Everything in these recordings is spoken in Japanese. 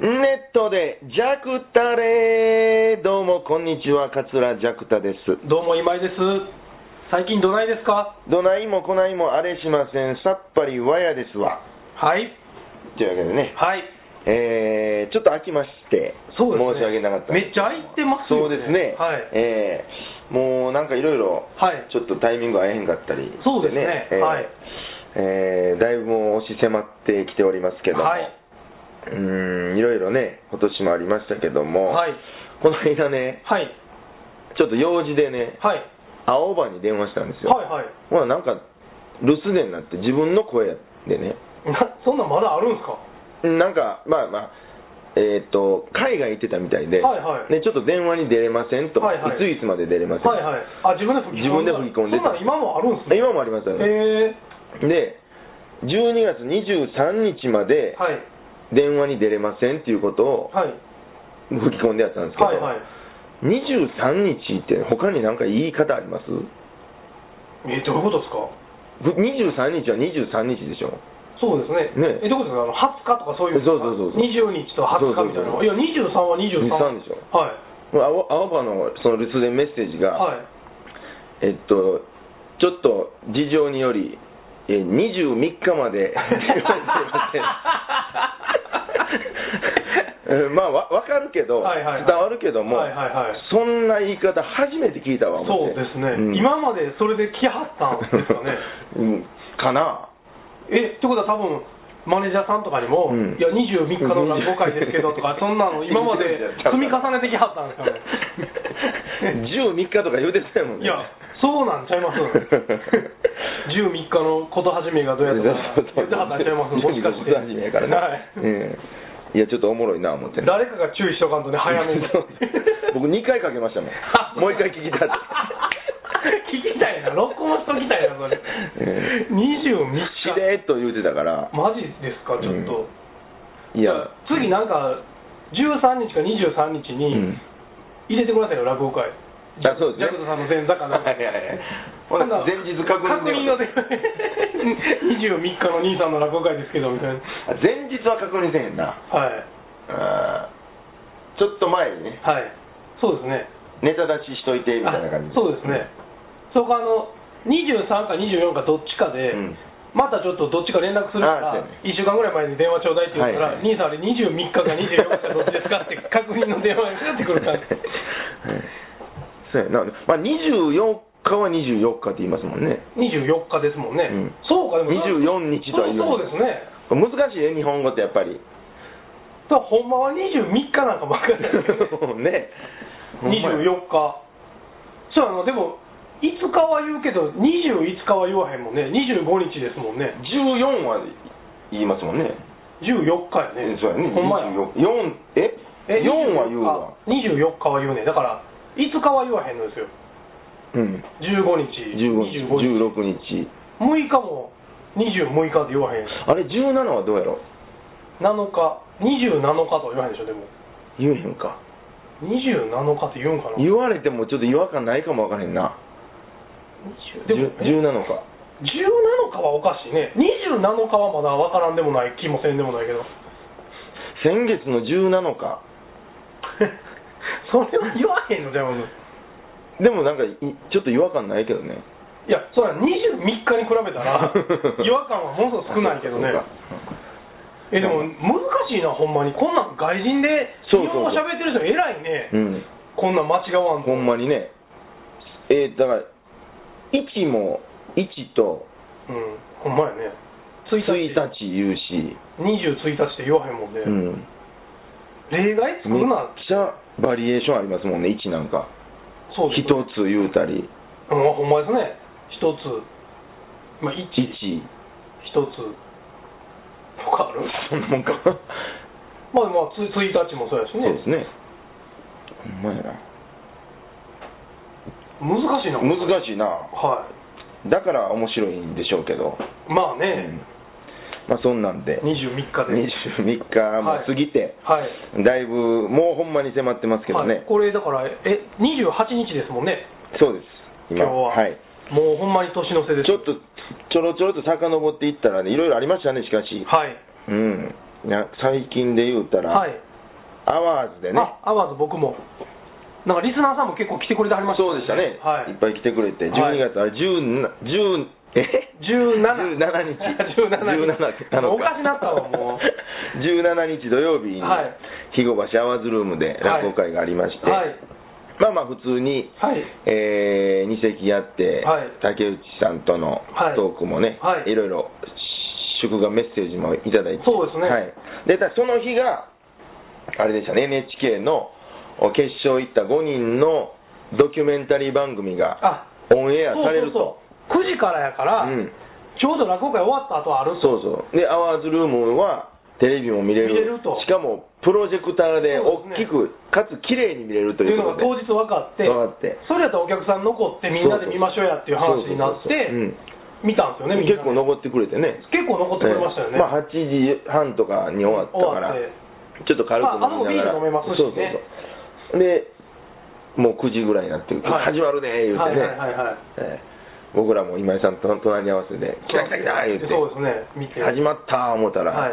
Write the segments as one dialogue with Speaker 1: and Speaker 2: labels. Speaker 1: ので、ジャクタレーどうも、こんにちは、桂ジャクタです。
Speaker 2: どうも今井です。最近どないですか
Speaker 1: どないもこないもあれしません、さっぱりわやですわ。
Speaker 2: はい。
Speaker 1: というわけでね、
Speaker 2: はい。
Speaker 1: えー、ちょっと飽きまして、
Speaker 2: そうですね
Speaker 1: 申し訳なかった。
Speaker 2: めっちゃ空いてます
Speaker 1: そ
Speaker 2: よ
Speaker 1: う
Speaker 2: ね
Speaker 1: ですね、
Speaker 2: はい
Speaker 1: えーもうなんかいろいろ、
Speaker 2: はい
Speaker 1: ちょっとタイミング合えへんかったり、
Speaker 2: そうですね
Speaker 1: えー
Speaker 2: はい
Speaker 1: えーだいぶもう押し迫ってきておりますけども、
Speaker 2: はい。
Speaker 1: うーん、いろいろね、今年もありましたけども、
Speaker 2: はい。
Speaker 1: この間ね、
Speaker 2: はい。
Speaker 1: ちょっと用事でね、
Speaker 2: はい。
Speaker 1: 青葉に電話したんですよ。
Speaker 2: はい。はい。
Speaker 1: ほら、なんか、留守電になって、自分の声でね、
Speaker 2: なそんなんまだあるんですか
Speaker 1: なんか、まあまあ、えーっと、海外行ってたみたいで、
Speaker 2: はいはい
Speaker 1: ね、ちょっと電話に出れませんと、
Speaker 2: はいはい
Speaker 1: いついつまで出れません、
Speaker 2: はいはい。あ、自分で吹き込んで
Speaker 1: 自分で吹き込んで
Speaker 2: そんなん今もあるんですね。
Speaker 1: 今もありますよね。
Speaker 2: へえ
Speaker 1: で、12月23日まで
Speaker 2: はい。
Speaker 1: 電話に出れませんっていうことを
Speaker 2: はい。
Speaker 1: 吹き込んでやったんですけど、
Speaker 2: はいはい。
Speaker 1: 23日って他に何か言い方あります
Speaker 2: え、どういうことですか
Speaker 1: ?23 日は23日でしょ
Speaker 2: そうですね。
Speaker 1: ね
Speaker 2: え、どういうことですかあの、20日とかそういうことですか
Speaker 1: そうそうそうそう
Speaker 2: 20日と20日みたいな。
Speaker 1: そうそうそう
Speaker 2: いや、23は23。
Speaker 1: 23でしょ
Speaker 2: はい。
Speaker 1: 青青葉のその留守電メッセージが、
Speaker 2: はい。
Speaker 1: えっと、ちょっと事情により、えー23日 まで 電話に出れません。うんまあわ分かるけど、
Speaker 2: はいはいはい
Speaker 1: 伝わるけども、
Speaker 2: はいはいはい
Speaker 1: そんな言い方初めて聞いたわ
Speaker 2: そ
Speaker 1: 思っ
Speaker 2: うで
Speaker 1: て
Speaker 2: すね、
Speaker 1: うん
Speaker 2: 今までそれで来はったんですか ね
Speaker 1: うん かな
Speaker 2: えってことは多分マネージャーさんとかにも、
Speaker 1: うん
Speaker 2: いや23日の落語会ですけどとかそんな の今まで積み重ねてきはったんですかね
Speaker 1: 13日とか言うてたやもん
Speaker 2: い
Speaker 1: ね
Speaker 2: やそうなんちゃいます13日のこと始め がどうやとか言ってはったんちゃいますもしかして
Speaker 1: 12月始めやからね、
Speaker 2: はい
Speaker 1: ええいやちょっとおもろいな思ってね
Speaker 2: 誰かが注意しとかんとね早めに
Speaker 1: そう 僕2回かけましたもんもう1回聞きたい
Speaker 2: 聞きたいな録音しときたいなそれ、
Speaker 1: え
Speaker 2: 23
Speaker 1: し
Speaker 2: 日
Speaker 1: れーっと言うてたから
Speaker 2: マジですかちょっと、
Speaker 1: うんいや
Speaker 2: 次なんか13日か23日
Speaker 1: う
Speaker 2: に
Speaker 1: ん
Speaker 2: 入れてくださいよ落語会
Speaker 1: あそうですね
Speaker 2: ジャクソンさんの前座かな
Speaker 1: はいはいはいほな
Speaker 2: なんか
Speaker 1: 前日確認
Speaker 2: 確認を で23日の兄さんの落語会ですけどみたいな
Speaker 1: あ前日は確認せえへんな
Speaker 2: はい
Speaker 1: あーちょっと前にね
Speaker 2: はいそうですね
Speaker 1: ネタ出ししといてみたいな感じ
Speaker 2: あそうですねそうかあの23か24かどっちかで、
Speaker 1: うん
Speaker 2: またちょっとどっちか連絡するか
Speaker 1: あそう
Speaker 2: ら、
Speaker 1: やね
Speaker 2: 1週間ぐらい前に電話ちょうだいって言うから、
Speaker 1: はいはい
Speaker 2: 兄さんあれ23日か24日かどっちですかって確認の電話がかかってくる から
Speaker 1: はいそうやな、まあ、24日は24日って言いますもんね
Speaker 2: 24日ですもんね、
Speaker 1: うん
Speaker 2: そうか、でも
Speaker 1: 24日とは言わ
Speaker 2: そう
Speaker 1: ない
Speaker 2: そうですね、
Speaker 1: 難しいね日本語ってやっぱり
Speaker 2: だからほんまは23日なんかばっかり だけど
Speaker 1: ね
Speaker 2: 24日、そうやなの、でも、5日は言うけど、25日は言わへんもんね、25日ですもんね、
Speaker 1: 14は言いますもんね
Speaker 2: 14日や
Speaker 1: え
Speaker 2: ね、
Speaker 1: そうやね
Speaker 2: ほんまや、
Speaker 1: 四え
Speaker 2: え
Speaker 1: 4は言うわ
Speaker 2: 24日は言うね、だから、5日は言わへんのですよ、
Speaker 1: うん
Speaker 2: 15日、
Speaker 1: 15
Speaker 2: 25日、
Speaker 1: 16日
Speaker 2: 6日も26日で言わへん、
Speaker 1: あれ17はどうやろ
Speaker 2: 7日、27日とは言わへんでしょ、でも、
Speaker 1: 言えへんか
Speaker 2: 27日って言うんかな。
Speaker 1: 言われてもちょっと違和感ないかもわからへんな
Speaker 2: で
Speaker 1: じゅ
Speaker 2: も
Speaker 1: 17か
Speaker 2: 17日はおかしいね27日はまだわからんでもない気もせんでもないけど
Speaker 1: 先月の17か
Speaker 2: それは言わへんのじゃあもう
Speaker 1: でもなんかいちょっと違和感ないけどね
Speaker 2: いやそれは23日に比べた ら違和感はものすごく少ないけどね
Speaker 1: そうか
Speaker 2: えでも難しいなほんまにこんなん外人で日
Speaker 1: そう
Speaker 2: 本
Speaker 1: そうそう
Speaker 2: 語喋ってる人偉いね
Speaker 1: うん
Speaker 2: こんなん間違わんと
Speaker 1: ほんまにねえーだから1も1と
Speaker 2: うんほんまやね
Speaker 1: 1
Speaker 2: 1
Speaker 1: 日
Speaker 2: 日
Speaker 1: 言うし、
Speaker 2: 21日って言わへんもんね、
Speaker 1: うん、
Speaker 2: 例外作
Speaker 1: めっ
Speaker 2: るな
Speaker 1: ちゃバリエーションありますもんね1なんか
Speaker 2: そう
Speaker 1: 一
Speaker 2: ですね
Speaker 1: つ言うたり
Speaker 2: うんほんまですね一つまあ一
Speaker 1: 一
Speaker 2: 一つとかある
Speaker 1: そんなもんか
Speaker 2: まあまあつ1日もそうやし
Speaker 1: そう
Speaker 2: ね
Speaker 1: ですねほんまやな
Speaker 2: 難しいな
Speaker 1: 難
Speaker 2: い
Speaker 1: しいな
Speaker 2: は
Speaker 1: だから面白いんでしょうけど、
Speaker 2: いまあ
Speaker 1: う
Speaker 2: ね
Speaker 1: ん、まあそんなんで
Speaker 2: 23日で
Speaker 1: 23日も過ぎて、
Speaker 2: はい
Speaker 1: だいぶもうほんまに迫ってますけどね、
Speaker 2: はい、これだからえ28日ですもんね
Speaker 1: そうです
Speaker 2: 今日は、
Speaker 1: はい、
Speaker 2: もうほんまに年の瀬です
Speaker 1: ちょっとちょろちょろっと遡っていったらねいろいろありましたねしかし、
Speaker 2: はい
Speaker 1: うんいや最近で言うたら、
Speaker 2: はい
Speaker 1: アワーズでね
Speaker 2: あアワーズ僕もなんかリスナーさんも結構来てくれてはりました
Speaker 1: そうでしたね、
Speaker 2: はい
Speaker 1: い、っぱい来てくれて、
Speaker 2: はい
Speaker 1: 12月、あれ、10、10え
Speaker 2: 17
Speaker 1: 17 日、
Speaker 2: 17
Speaker 1: 17
Speaker 2: おかしなったわもう
Speaker 1: 17日土曜日に
Speaker 2: はい、
Speaker 1: 肥後橋アワーズルームで落語会がありまして、
Speaker 2: はい
Speaker 1: まあまあ、普通に、
Speaker 2: はい
Speaker 1: えー、二席やって、
Speaker 2: はい
Speaker 1: 竹内さんとの
Speaker 2: はい
Speaker 1: トークもね、
Speaker 2: はい
Speaker 1: いろいろ祝賀メッセージもいただいて、
Speaker 2: そうですね
Speaker 1: はい、でたその日が、あれでしたね、NHK のお決勝行った5人のドキュメンタリー番組が
Speaker 2: あ
Speaker 1: オンエアされると
Speaker 2: そ。うそうそう9時からやから、
Speaker 1: うん
Speaker 2: ちょうど落語会終わった後あるんですよ
Speaker 1: そうそうでアワーズルームはテレビも見れる
Speaker 2: 見れると
Speaker 1: しかもプロジェクターで
Speaker 2: そう
Speaker 1: 大
Speaker 2: ですね
Speaker 1: きく、かつ綺麗に見れる
Speaker 2: と
Speaker 1: と
Speaker 2: い
Speaker 1: いうう
Speaker 2: の
Speaker 1: こ
Speaker 2: が
Speaker 1: とで
Speaker 2: 当日分かって
Speaker 1: 分かって
Speaker 2: それやったらお客さん残ってみんなで見ましょうやっていう話になって
Speaker 1: そうそうそううん
Speaker 2: 見たんですよねみんな
Speaker 1: 結構残ってくれてね
Speaker 2: 結構残ってくれましたよね、
Speaker 1: ええまあ、8時半とかに終わったから
Speaker 2: 終わって
Speaker 1: ちょっと軽く飲みながら、
Speaker 2: まああのビール飲めますしね
Speaker 1: そうそうそうでもう9時ぐらいになって、
Speaker 2: はい
Speaker 1: 始まるね言うてね、
Speaker 2: はいはいはいはい
Speaker 1: ええ僕らも今井さんと隣に合わせて「来た来た来た!」言うて
Speaker 2: そうですね見て
Speaker 1: 始まった思ったら、
Speaker 2: はい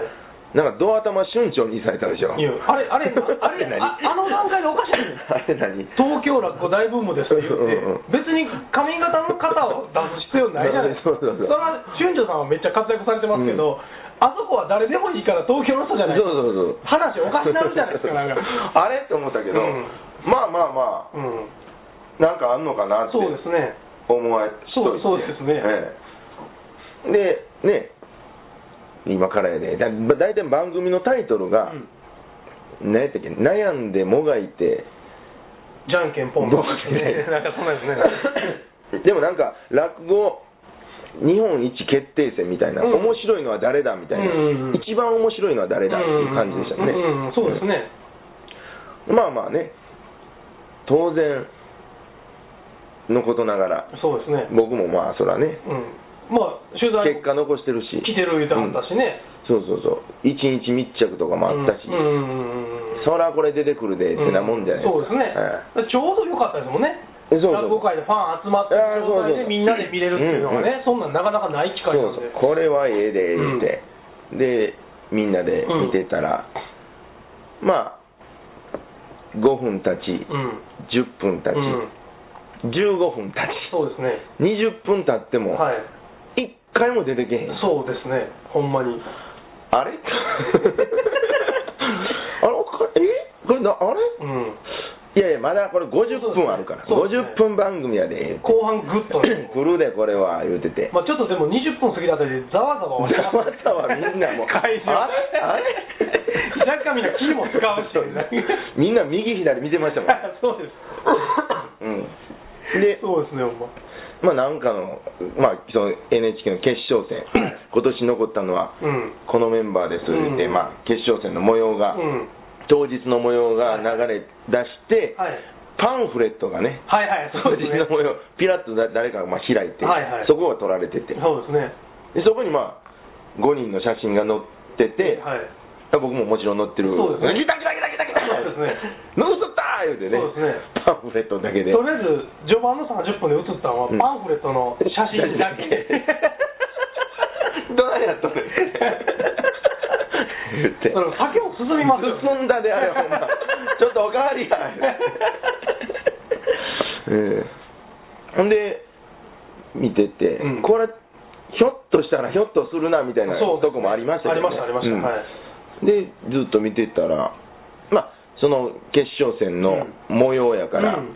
Speaker 1: なんかドア頭春鳥にされたでしょ
Speaker 2: いやあれあれあれ
Speaker 1: 何
Speaker 2: ああの段階でおかしいんです
Speaker 1: あれ何
Speaker 2: 東京落語大ブームですって言って
Speaker 1: うんうん
Speaker 2: 別に髪型の方を出す必要ないじゃないですか
Speaker 1: そうそうそう
Speaker 2: れは春女さんはめっちゃ活躍されてますけど、あそこは誰でもいいから東京の人じゃない
Speaker 1: そうそうそう
Speaker 2: 話おかしなるじゃないですかなんか
Speaker 1: あれって思ったけど、
Speaker 2: うん
Speaker 1: まあまあまあ
Speaker 2: うん
Speaker 1: なんかあんのかなって
Speaker 2: そうですね
Speaker 1: 思わしといて
Speaker 2: そうそうですね
Speaker 1: ええでね今からやで、だ大体番組のタイトルが、
Speaker 2: うん
Speaker 1: 何やったっけ悩んでもがいて
Speaker 2: じゃんけんぽん
Speaker 1: ぼ
Speaker 2: ね なんかそんなんです ね
Speaker 1: でもなんか落語日本一決定戦みたいな、
Speaker 2: うん
Speaker 1: 面白いのは誰だみたいな、
Speaker 2: うんうんうん
Speaker 1: 一番面白いのは誰だっていう感じでしたね、
Speaker 2: うんうんうんそうですね、
Speaker 1: まあまあね当然のことながら
Speaker 2: そうですね
Speaker 1: 僕もまあそらね
Speaker 2: うんまあ取材
Speaker 1: 結果残してるし
Speaker 2: 来てる言うてはったしね、
Speaker 1: そうそうそう一日密着とかもあったし、
Speaker 2: うんうんうんうんうん
Speaker 1: そらこれ出てくるでってなもんじゃない
Speaker 2: そうですね、
Speaker 1: え
Speaker 2: ちょうど良かったですもんね
Speaker 1: えそうそう
Speaker 2: 落語会でファン集まって
Speaker 1: ああ
Speaker 2: 状態
Speaker 1: そうそうそ
Speaker 2: で
Speaker 1: う
Speaker 2: みんなで見れるっていうのがね、そんなんなかなかない機
Speaker 1: え
Speaker 2: 会なん
Speaker 1: そう
Speaker 2: で
Speaker 1: そうこれはええで言って、でみんなで見てたら、まあ5分たち、
Speaker 2: うん
Speaker 1: 10分たち、
Speaker 2: うん
Speaker 1: 15分たち
Speaker 2: そうですね
Speaker 1: 20分経っても
Speaker 2: はい
Speaker 1: 1回も出てけへん、
Speaker 2: そうですねほん まに
Speaker 1: あれあれおかえこれなあ
Speaker 2: う
Speaker 1: れ
Speaker 2: ん
Speaker 1: いやいやまだこれ50分あるから、
Speaker 2: そうですね
Speaker 1: 50分番組やで
Speaker 2: 後半グッとね
Speaker 1: 来るでこれは言うてて
Speaker 2: まあちょっとでも20分過ぎたあたりでざわざわは
Speaker 1: ざわざわみんなもう
Speaker 2: 会場
Speaker 1: あれあれ
Speaker 2: 若干みんなキーも使うし
Speaker 1: そうみんな右左見てましたも
Speaker 2: そうです
Speaker 1: ん、うん、で
Speaker 2: そうですねほんま
Speaker 1: まあなんかの、まあ、その NHK の決勝戦今年残ったのは
Speaker 2: うん
Speaker 1: このメンバーです言って、
Speaker 2: うん
Speaker 1: まあ、決勝戦の模様が、
Speaker 2: うん
Speaker 1: 当日の模様が流れ出して、
Speaker 2: はい
Speaker 1: パンフレットがね
Speaker 2: はいはい
Speaker 1: 当
Speaker 2: そうで
Speaker 1: 日
Speaker 2: すね
Speaker 1: の模様ピラッとだ誰かがまあ開いて、
Speaker 2: はいはい
Speaker 1: そこが撮られてて
Speaker 2: そうですね
Speaker 1: でそこにまあ5人の写真が載ってて、
Speaker 2: はい
Speaker 1: 僕ももちろん載ってる
Speaker 2: そうですね
Speaker 1: 来た来た来た来た来た
Speaker 2: そうですね
Speaker 1: 乗っ取ったー言うてね
Speaker 2: そうですね
Speaker 1: パンフレットだけ
Speaker 2: とり
Speaker 1: で
Speaker 2: あえず序盤の30分で映ったのは
Speaker 1: うん
Speaker 2: パンフレットの写真だけ
Speaker 1: どないやったね言って
Speaker 2: その酒も進みますよ
Speaker 1: 進んだであれほんまちょっとおかわり やええほんで見てて、
Speaker 2: うん
Speaker 1: これひょっとしたらひょっとするなみたいな
Speaker 2: そうですね
Speaker 1: とこもありましたけどね
Speaker 2: ありましたありました
Speaker 1: うん
Speaker 2: はい
Speaker 1: でずっと見てたらまあその決勝戦の模様やから、
Speaker 2: うん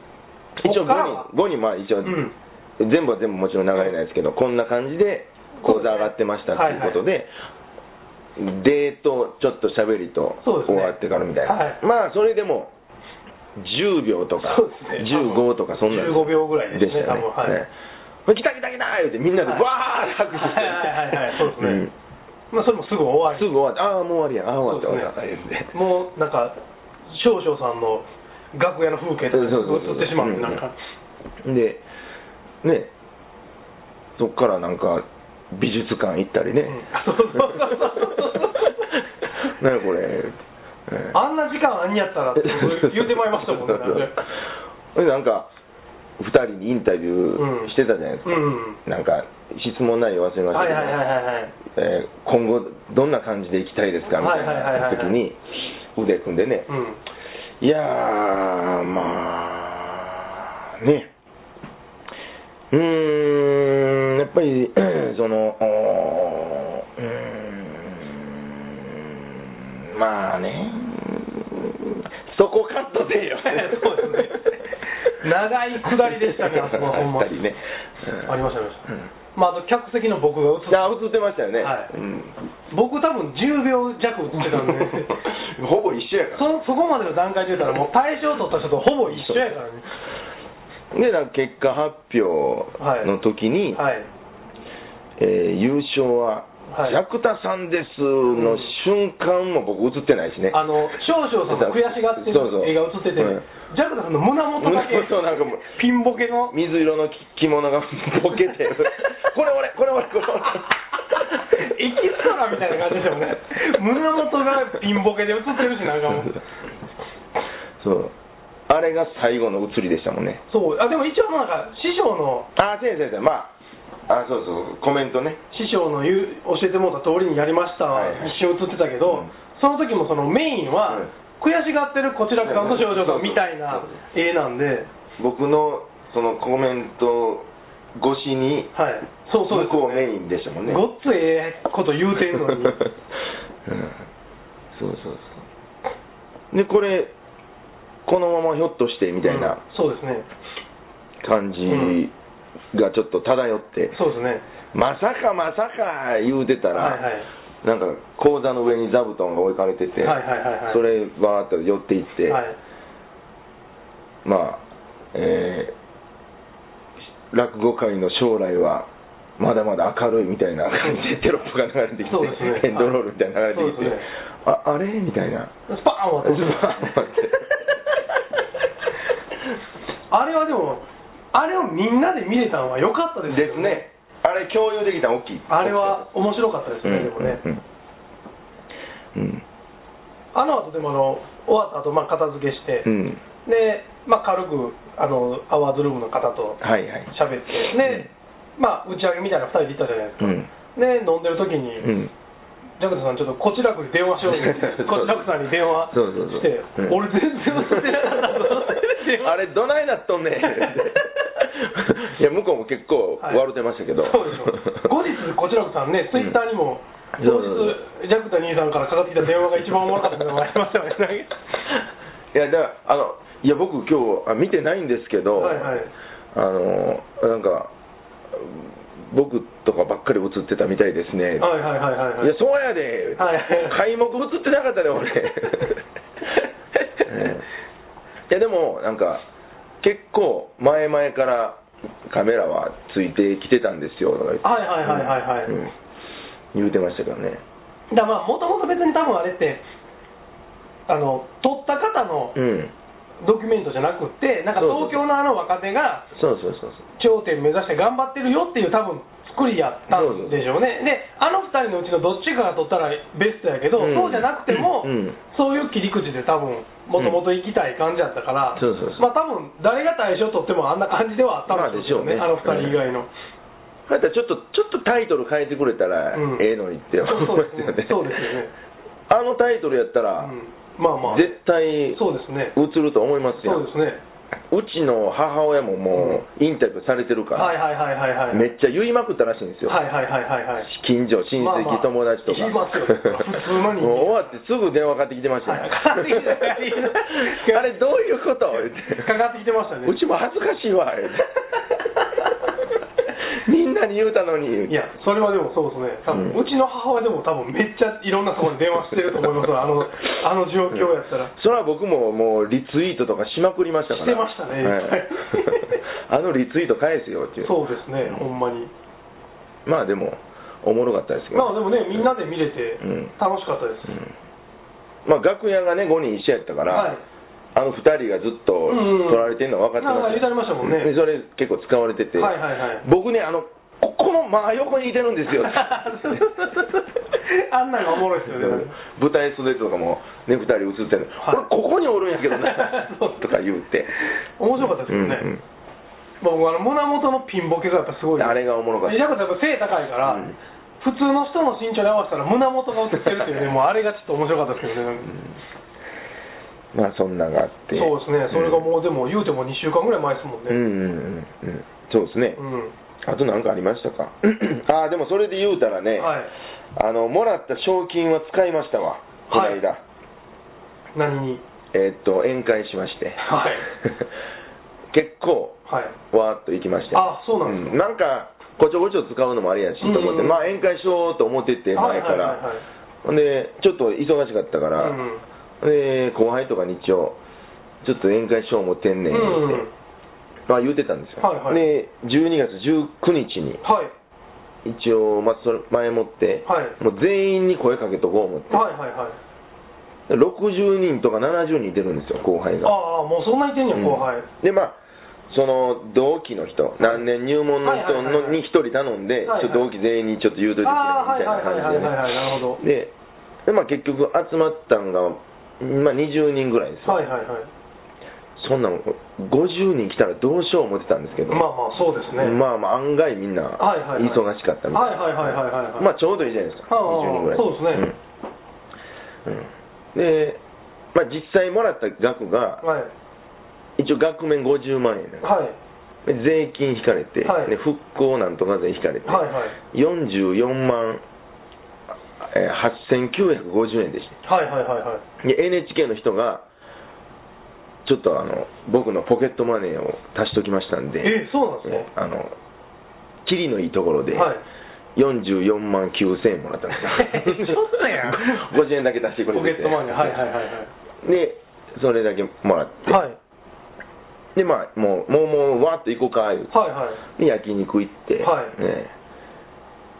Speaker 1: 一
Speaker 2: こっ
Speaker 1: 応
Speaker 2: からは
Speaker 1: 5人5人まあ一応、
Speaker 2: うん
Speaker 1: 全部は全部もちろん流れないですけどこんな感じで講座上がってましたっていうことで、デートちょっと喋りと
Speaker 2: そうです
Speaker 1: 終
Speaker 2: ね
Speaker 1: わってからみたいな、
Speaker 2: はい
Speaker 1: まあそれでも10秒とか、
Speaker 2: そうですね
Speaker 1: 15とかそんなん
Speaker 2: 15秒ぐらいですね
Speaker 1: したよね
Speaker 2: 多分はい
Speaker 1: ねこれ来た来た来た言うてみんなで
Speaker 2: はい
Speaker 1: わーって拍手して、
Speaker 2: はいはいはいはいそうですねま
Speaker 1: ん
Speaker 2: あそれもすぐ終わり
Speaker 1: すぐ終わってああもう終わりやああ終わった終わった
Speaker 2: そう
Speaker 1: 言
Speaker 2: です
Speaker 1: う
Speaker 2: ね
Speaker 1: て
Speaker 2: もうなんか少々さんの楽屋の風景とか映ってしまうんでなんか
Speaker 1: でねそっからなんか美術館行ったりね、
Speaker 2: うんそうそうそう そう
Speaker 1: 何これ、えー
Speaker 2: あんな時間あんにやったらって言うてまいりましたもんねなんで
Speaker 1: でなんか2人にインタビューしてたじゃないですか、
Speaker 2: うんうん
Speaker 1: なんか質問内容忘れました
Speaker 2: はい
Speaker 1: けど、
Speaker 2: はいはいはいはい
Speaker 1: えー今後どんな感じでいきたいですかみたい
Speaker 2: はいはいはい
Speaker 1: な
Speaker 2: はい
Speaker 1: 時に腕組んでね、
Speaker 2: うん。
Speaker 1: いやー、まあ、ね、うーん、やっぱり、 その、おーうーん、まあね、そこカットせえよ
Speaker 2: そうですね長い下りでした ねあそこはほんま
Speaker 1: あったりね。うん
Speaker 2: ありましたありました、
Speaker 1: うん
Speaker 2: まあ、あと客席の僕が映って
Speaker 1: あ映ってましたよね。
Speaker 2: はい
Speaker 1: うん
Speaker 2: 僕多分10秒弱映ってたんで
Speaker 1: ほぼ一緒やから。
Speaker 2: そそこまでの段階で言ったらもう大賞取った人とほぼ一緒やからね
Speaker 1: でなんか結果発表の時に、
Speaker 2: はい
Speaker 1: えー優勝は
Speaker 2: はい
Speaker 1: 百田さんですの瞬間も僕映ってないしね、
Speaker 2: あの少々さんの悔しがって
Speaker 1: そうそう
Speaker 2: る映画映ってて、
Speaker 1: うん
Speaker 2: ジャクダさんの胸元だけ
Speaker 1: 胸元なんかもう
Speaker 2: ピンボケの
Speaker 1: 水色の着物がボ ケてこれ俺これ俺これ俺
Speaker 2: エキストラみたいな感じでしょうね胸元がピンボケで映ってるしなんかもう
Speaker 1: そうあれが最後の映りでしたもんね
Speaker 2: そうあでも一応なんか師匠の
Speaker 1: ああ先生先生まああそうそうコメントね
Speaker 2: 師匠の言う教えてもらった通りにやりました、
Speaker 1: はいはい
Speaker 2: 一瞬映ってたけど、
Speaker 1: うん
Speaker 2: その時もそのメインは、
Speaker 1: うん
Speaker 2: 悔しがってるこちら側の少女さんみたいな
Speaker 1: そうそう
Speaker 2: 絵なんで、
Speaker 1: 僕のそのコメント越しに
Speaker 2: はい、そうそうです
Speaker 1: 向こうメインでしたもんね
Speaker 2: ごっつええこと 言うてんのに
Speaker 1: うん、そうそうそうでこれこのままひょっとしてみたいな
Speaker 2: うんそうですね
Speaker 1: 感じがちょっと漂って、
Speaker 2: そうですね
Speaker 1: まさかまさか言うてたら、
Speaker 2: はいはい
Speaker 1: なんか講座の上に座布団が置かれてて、
Speaker 2: はいはいはいはい
Speaker 1: それバーッと寄っていって、
Speaker 2: はい
Speaker 1: まあえー落語界の将来はまだまだ明るいみたいな感じでテロップが流れてきて、
Speaker 2: そうですね
Speaker 1: エンドロールみたいなの流れて
Speaker 2: は
Speaker 1: きて、
Speaker 2: いそうですね
Speaker 1: ああれみたいな。
Speaker 2: スパーン終わって
Speaker 1: スパーン終わって
Speaker 2: あれはでもあれをみんなで見れたのは良かったです
Speaker 1: で
Speaker 2: よ
Speaker 1: すね、あれ、共有できたの大きい。
Speaker 2: あれは面白かったです
Speaker 1: うん、
Speaker 2: ね、でもね、
Speaker 1: うん、うん
Speaker 2: あの後でもあの終わった後、まあ片付けして、
Speaker 1: うん、
Speaker 2: で、まあ、軽くあのアワーズルームの方と
Speaker 1: はいはい、
Speaker 2: 喋って、で、まあ、打ち上げみたいな2人で行ったじゃないですか、で
Speaker 1: うん、
Speaker 2: 飲んでる時に、
Speaker 1: うん、
Speaker 2: ジャクタさん、ちょっとこちらくに電話しようって 言って、こちらくさんに電話
Speaker 1: そうそうそう
Speaker 2: して、
Speaker 1: うん
Speaker 2: 俺、全然映ってなかったぞ 電話
Speaker 1: あれ、どないなっと んねんいや、向こうも結構、
Speaker 2: はい
Speaker 1: 笑うてましたけど、
Speaker 2: そうでしょ後日、こちらくさんね、ツイッターにも、
Speaker 1: うん
Speaker 2: 当日、ジャクタ兄さんからかかってきた電話が一番おもろかったのがありましたよね。
Speaker 1: いや、だから、あの、いや、僕、今日あ見てないんですけど、
Speaker 2: はいはい
Speaker 1: あの、なんか、僕とかばっかり映ってたみたいですね、
Speaker 2: はいはいはいはいはい
Speaker 1: いや、そうやで、
Speaker 2: はい
Speaker 1: 開目映ってなかったね、 俺。ええいや、でも、なんか、結構、前々からカメラはついてきてたんですよ、とか言って
Speaker 2: はいはいはいはいはい
Speaker 1: うん言うてましたけどね。
Speaker 2: だからまあもともと別に多分あれってあの撮った方の
Speaker 1: うん。
Speaker 2: ドキュメントじゃなくってなんか
Speaker 1: そうそうそ
Speaker 2: 東京
Speaker 1: う
Speaker 2: のあの若手が
Speaker 1: そうそうそうそう。
Speaker 2: 頂点目指して頑張ってるよっていう多分作りやったんでしょうねであの2人のうちのどっちかが撮ったらベストやけど、
Speaker 1: うん
Speaker 2: そうじゃなくても、
Speaker 1: うん
Speaker 2: そういう切り口で多分もともと行きたい感じやったから、
Speaker 1: うんそうそうそ
Speaker 2: ま
Speaker 1: う
Speaker 2: あ多分誰が大賞取ってもあんな感じではあったんでしょうね,、
Speaker 1: ま
Speaker 2: あ、
Speaker 1: あでしょうね
Speaker 2: の2人以外 の、
Speaker 1: だったらちょっと、ちょっとタイトル変えてくれたら
Speaker 2: うん
Speaker 1: ええのにって思いますよね。
Speaker 2: そうそうですよね
Speaker 1: あのタイトルやったら、
Speaker 2: うん、まあまあ
Speaker 1: 絶対、
Speaker 2: そうですね
Speaker 1: 映ると思いますよ。
Speaker 2: そうですね
Speaker 1: うちの母親ももうインタビューされてるから、
Speaker 2: はいはいはいはいはい
Speaker 1: めっちゃ言いまくったらしいんですよ、
Speaker 2: はいはいはいはい はい
Speaker 1: 近所、親戚、
Speaker 2: まあまあ
Speaker 1: 友達とか、
Speaker 2: 言いますよ普通の人間
Speaker 1: もう終わってすぐ電話かかってきてましたよ、
Speaker 2: はいかかってきてましたよ
Speaker 1: あれ、どういうこと言って
Speaker 2: かかってきてましたね
Speaker 1: うちも恥ずかしいわ、言うて みんなに言うたのに、言う
Speaker 2: い
Speaker 1: て
Speaker 2: やそれはでもそうですね多分、
Speaker 1: う
Speaker 2: うんちの母親でも多分めっちゃいろんなところに電話してると思いますわ あのあの状況やったら、
Speaker 1: それは僕ももうリツイートとかしまくりましたから、
Speaker 2: してましたね
Speaker 1: はい
Speaker 2: いっぱ
Speaker 1: あのリツイート返すよっていう、
Speaker 2: そうですね、ほんまに
Speaker 1: まあでも、おもろかったですけど。
Speaker 2: まあでもねみんなで見れて
Speaker 1: うん
Speaker 2: 楽しかったです、
Speaker 1: まあ、楽屋がね5人一緒やったから、
Speaker 2: はい
Speaker 1: あの2人がずっと
Speaker 2: うんうん
Speaker 1: 撮られてるのは分かってまし
Speaker 2: な
Speaker 1: た
Speaker 2: んか言うてありましたもんね
Speaker 1: でそれ結構使われてて、
Speaker 2: はいはいはい
Speaker 1: 僕ねあのここの真横にいてるんですよ
Speaker 2: あんなんがおもろいですよね
Speaker 1: 舞台袖とかも、ね、2人映ってるの、
Speaker 2: はい
Speaker 1: 俺ここにおるんやけどな
Speaker 2: そう
Speaker 1: とか 言うて
Speaker 2: 面白かったですよね、
Speaker 1: うんうん
Speaker 2: まあ、僕あの胸元のピンボケがやっぱすごいです
Speaker 1: あれがおもろかった
Speaker 2: ジャクさんやっぱ背高いから、
Speaker 1: うん
Speaker 2: 普通の人の身長に合わせたら胸元が映ってるっていうねもうあれがちょっと面白かったですけどね、
Speaker 1: まあそんなんがあって
Speaker 2: そうですね、それが
Speaker 1: う
Speaker 2: もうでも、言うても2週間ぐらい前ですもん
Speaker 1: ん、う
Speaker 2: ね。
Speaker 1: んうんうんうんそうですね、
Speaker 2: うん。
Speaker 1: あと何かありましたか ああでもそれで言うたらね、
Speaker 2: はい。
Speaker 1: あのもらった賞金は使いましたわこの
Speaker 2: はい
Speaker 1: 間、
Speaker 2: 何に。
Speaker 1: えーっと宴会しまして
Speaker 2: はい。
Speaker 1: 結構
Speaker 2: はい。
Speaker 1: わーっと行きましたよ
Speaker 2: あ、そうなんです
Speaker 1: うんなんかこちょこちょ使うのもあれやしと思って、
Speaker 2: うん
Speaker 1: まあ宴会しようと思ってて
Speaker 2: か。はい
Speaker 1: 前
Speaker 2: は
Speaker 1: か
Speaker 2: いはいは
Speaker 1: ら、ほんでちょっと忙しかったから、
Speaker 2: い。うん。
Speaker 1: で後輩とかに一応ちょっと宴会しよう思ってんねん、
Speaker 2: うん。
Speaker 1: まあ言うてたんですよ、
Speaker 2: はいはい
Speaker 1: で12月19日に
Speaker 2: はい。
Speaker 1: 一応、まあ、それ前もって、
Speaker 2: はい
Speaker 1: もう全員に声かけとこう思って、
Speaker 2: はいはいはい。
Speaker 1: 60人とか70人いてるんですよ後輩が
Speaker 2: ああ、もうそんなにいてんねや、後輩。
Speaker 1: うんでまあその同期の人何年入門の
Speaker 2: はいは
Speaker 1: 人
Speaker 2: いはい
Speaker 1: の
Speaker 2: はい
Speaker 1: に1人頼んで、
Speaker 2: はいはい
Speaker 1: ちょっと同期全員にちょっと言うといてくれみ
Speaker 2: ああ、は
Speaker 1: た
Speaker 2: い
Speaker 1: い
Speaker 2: はい
Speaker 1: な
Speaker 2: はいはいはい
Speaker 1: 感
Speaker 2: はい、なるほ
Speaker 1: じでねでで、まあ、結局集まったんが、まあ、20人ぐらいです
Speaker 2: ど。
Speaker 1: よ、
Speaker 2: はいはいはい。
Speaker 1: そんなん50人来たらどうしよう思ってたんですけど、
Speaker 2: まあまあ、そうですね。
Speaker 1: まあまあ案外みんな
Speaker 2: はいはいはい
Speaker 1: 忙しかったみ
Speaker 2: は
Speaker 1: たい
Speaker 2: いはいはいはいはいはい。
Speaker 1: まあちょうどいいじゃないですか、
Speaker 2: はあはあ
Speaker 1: 20人ぐらい
Speaker 2: そうですね
Speaker 1: うんうんで、まあ、実際もらった額が
Speaker 2: はい。
Speaker 1: 一応額面50万円なんです
Speaker 2: はい。
Speaker 1: で税金引かれて、
Speaker 2: はい
Speaker 1: で復興なんとか税引かれて、
Speaker 2: はいはい。
Speaker 1: 44万えー8950円でし
Speaker 2: はいはいはいはい。
Speaker 1: たで NHK の人がちょっとあの僕のポケットマネーを足しときましたんで
Speaker 2: え、そうなんですね。
Speaker 1: あのキリのいいところで、
Speaker 2: はい。
Speaker 1: 44万9000円もらったんですよ
Speaker 2: そんなんや
Speaker 1: 50円だけ出してくれ
Speaker 2: ポケ
Speaker 1: て
Speaker 2: ットマネー、はいはいはいはい。
Speaker 1: でそれだけもらって、
Speaker 2: はい。
Speaker 1: でまあもうもうもうわーっと行こうか言うて
Speaker 2: はいはい。
Speaker 1: で焼肉行って、
Speaker 2: はい
Speaker 1: ね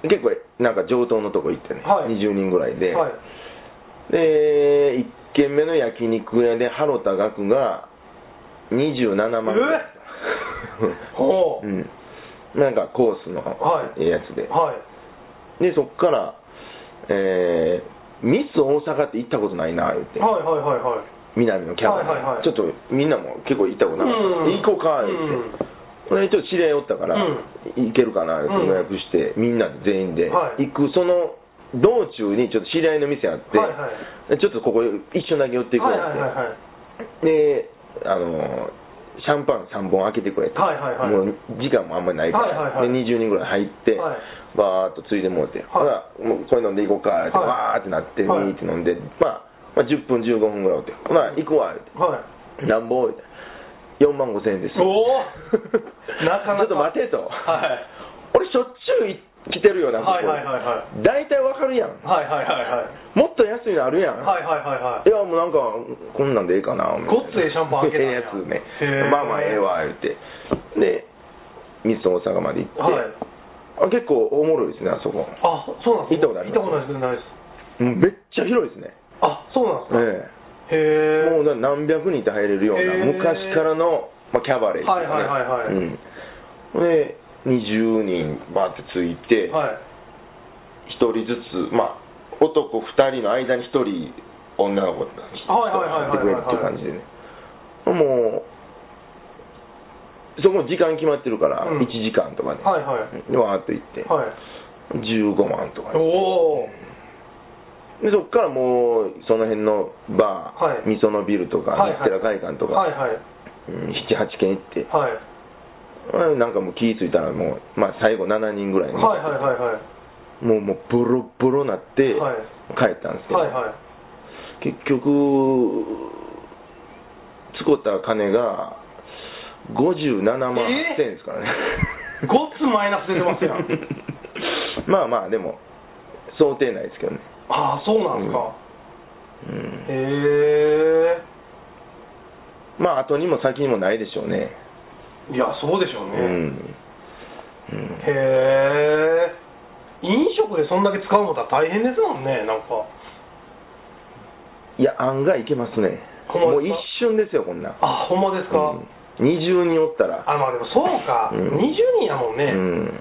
Speaker 1: え結構なんか上等のとこ行ってね、
Speaker 2: はい
Speaker 1: 20人ぐらいで、
Speaker 2: はい。
Speaker 1: で1軒目の焼肉屋で払った額が27万ぐらい
Speaker 2: ほう
Speaker 1: うんなんかコースの
Speaker 2: はい
Speaker 1: やつで、
Speaker 2: はい。
Speaker 1: でそっから、えーミス大阪って行ったことないな言って、
Speaker 2: はいはいはいはい。
Speaker 1: 南のキャバに、
Speaker 2: はいはいはい
Speaker 1: ちょっとみんなも結構行ったことなかった、
Speaker 2: うん
Speaker 1: 行こうか言って、それでちょっと知り合いおったから、行けるかな言って
Speaker 2: うん
Speaker 1: 予約して、みんなで全員で、
Speaker 2: はい
Speaker 1: 行くその道中にちょっと知り合いの店あって、
Speaker 2: はいはい
Speaker 1: でちょっとここ一緒だけ寄っていこう
Speaker 2: は
Speaker 1: っ
Speaker 2: いはいはいはい。
Speaker 1: て、であのーシャンパン3本開けてくれと、
Speaker 2: はいはいはい
Speaker 1: もう時間もあんまりないから、
Speaker 2: はいはいはい
Speaker 1: で20人ぐらい入って、
Speaker 2: はい
Speaker 1: バーっとついでもうて、ほらもうこれ飲んでいこうかって、
Speaker 2: は
Speaker 1: わーってなって、
Speaker 2: はい
Speaker 1: にーって飲んで、まあ、まあ、10分、15分ぐらいおって、ほら、行くわって、
Speaker 2: はい。
Speaker 1: なんぼって4万5千円です。
Speaker 2: おお なかなか
Speaker 1: ちょっと待てと、
Speaker 2: はい
Speaker 1: 俺、しょっちゅう来てるよな、
Speaker 2: はい
Speaker 1: ここ
Speaker 2: はいはいは
Speaker 1: 大体わかるやん、
Speaker 2: はいはいはいはい。
Speaker 1: もっと安いのあるやん。
Speaker 2: はいはいはいはい
Speaker 1: い。やもうなんかこんなんでええかな
Speaker 2: ごっつええシャンパン開けたん
Speaker 1: え
Speaker 2: やへ
Speaker 1: えやつね
Speaker 2: え
Speaker 1: まあまあええわ言ってでミス大阪まで行って、
Speaker 2: はい。
Speaker 1: あ結構おもろいですねあそこ
Speaker 2: あ、そうなんです
Speaker 1: 行ったことあります
Speaker 2: 行ったことないです。
Speaker 1: もうめっちゃ広いですね
Speaker 2: あ、そうなんですか。
Speaker 1: え
Speaker 2: へえ。
Speaker 1: えもうな何百人って入れるよう
Speaker 2: へ
Speaker 1: な
Speaker 2: え
Speaker 1: 昔からの、まあ、キャバレーですよね
Speaker 2: はいはいはいはい
Speaker 1: うんで20人バーってついて、
Speaker 2: はい。
Speaker 1: 一1人ずつまあ男2人の間に1人女の子が
Speaker 2: はいはいはいはいはいはい
Speaker 1: 来てくれるっていう感じでねもうそこ時間決まってるから
Speaker 2: うん
Speaker 1: 1時間とかね、
Speaker 2: はいはい。
Speaker 1: でわーっと行って、
Speaker 2: はい。
Speaker 1: 15万とかね、
Speaker 2: おお。
Speaker 1: でそこからもうその辺のバー、
Speaker 2: はい
Speaker 1: みそのビルとか、
Speaker 2: はいはい
Speaker 1: ステラ会館とか、
Speaker 2: はいはい。
Speaker 1: うん、78軒行って、
Speaker 2: はい。
Speaker 1: あなんかもう気ぃついたらもう、まあ、最後7人ぐらいに、
Speaker 2: はいはいはいはい。
Speaker 1: もうもうボロボロなって
Speaker 2: はい
Speaker 1: 帰ったんですけど、
Speaker 2: はいはい。
Speaker 1: 結局使った金が57万8000円ですか らね、
Speaker 2: ごっつマイナス出てますやん。
Speaker 1: まあまあでも想定内ですけどね
Speaker 2: ああ、そうなんですか。
Speaker 1: うん
Speaker 2: へえ。
Speaker 1: まあ後にも先にもないでしょうね
Speaker 2: いや、そうでしょう
Speaker 1: う
Speaker 2: ね。
Speaker 1: ん、うん
Speaker 2: へえ。飲食でそんだけ使うのだ大変ですもんね、なんか。
Speaker 1: いや案外いけますね
Speaker 2: ほん
Speaker 1: も
Speaker 2: ま
Speaker 1: う
Speaker 2: です
Speaker 1: 一
Speaker 2: か
Speaker 1: 瞬ですよこんな
Speaker 2: あ、ほんまですか。
Speaker 1: うん20人おったら
Speaker 2: あ、まあでもそうか。
Speaker 1: うん
Speaker 2: 20人やもん
Speaker 1: う
Speaker 2: ね。
Speaker 1: ん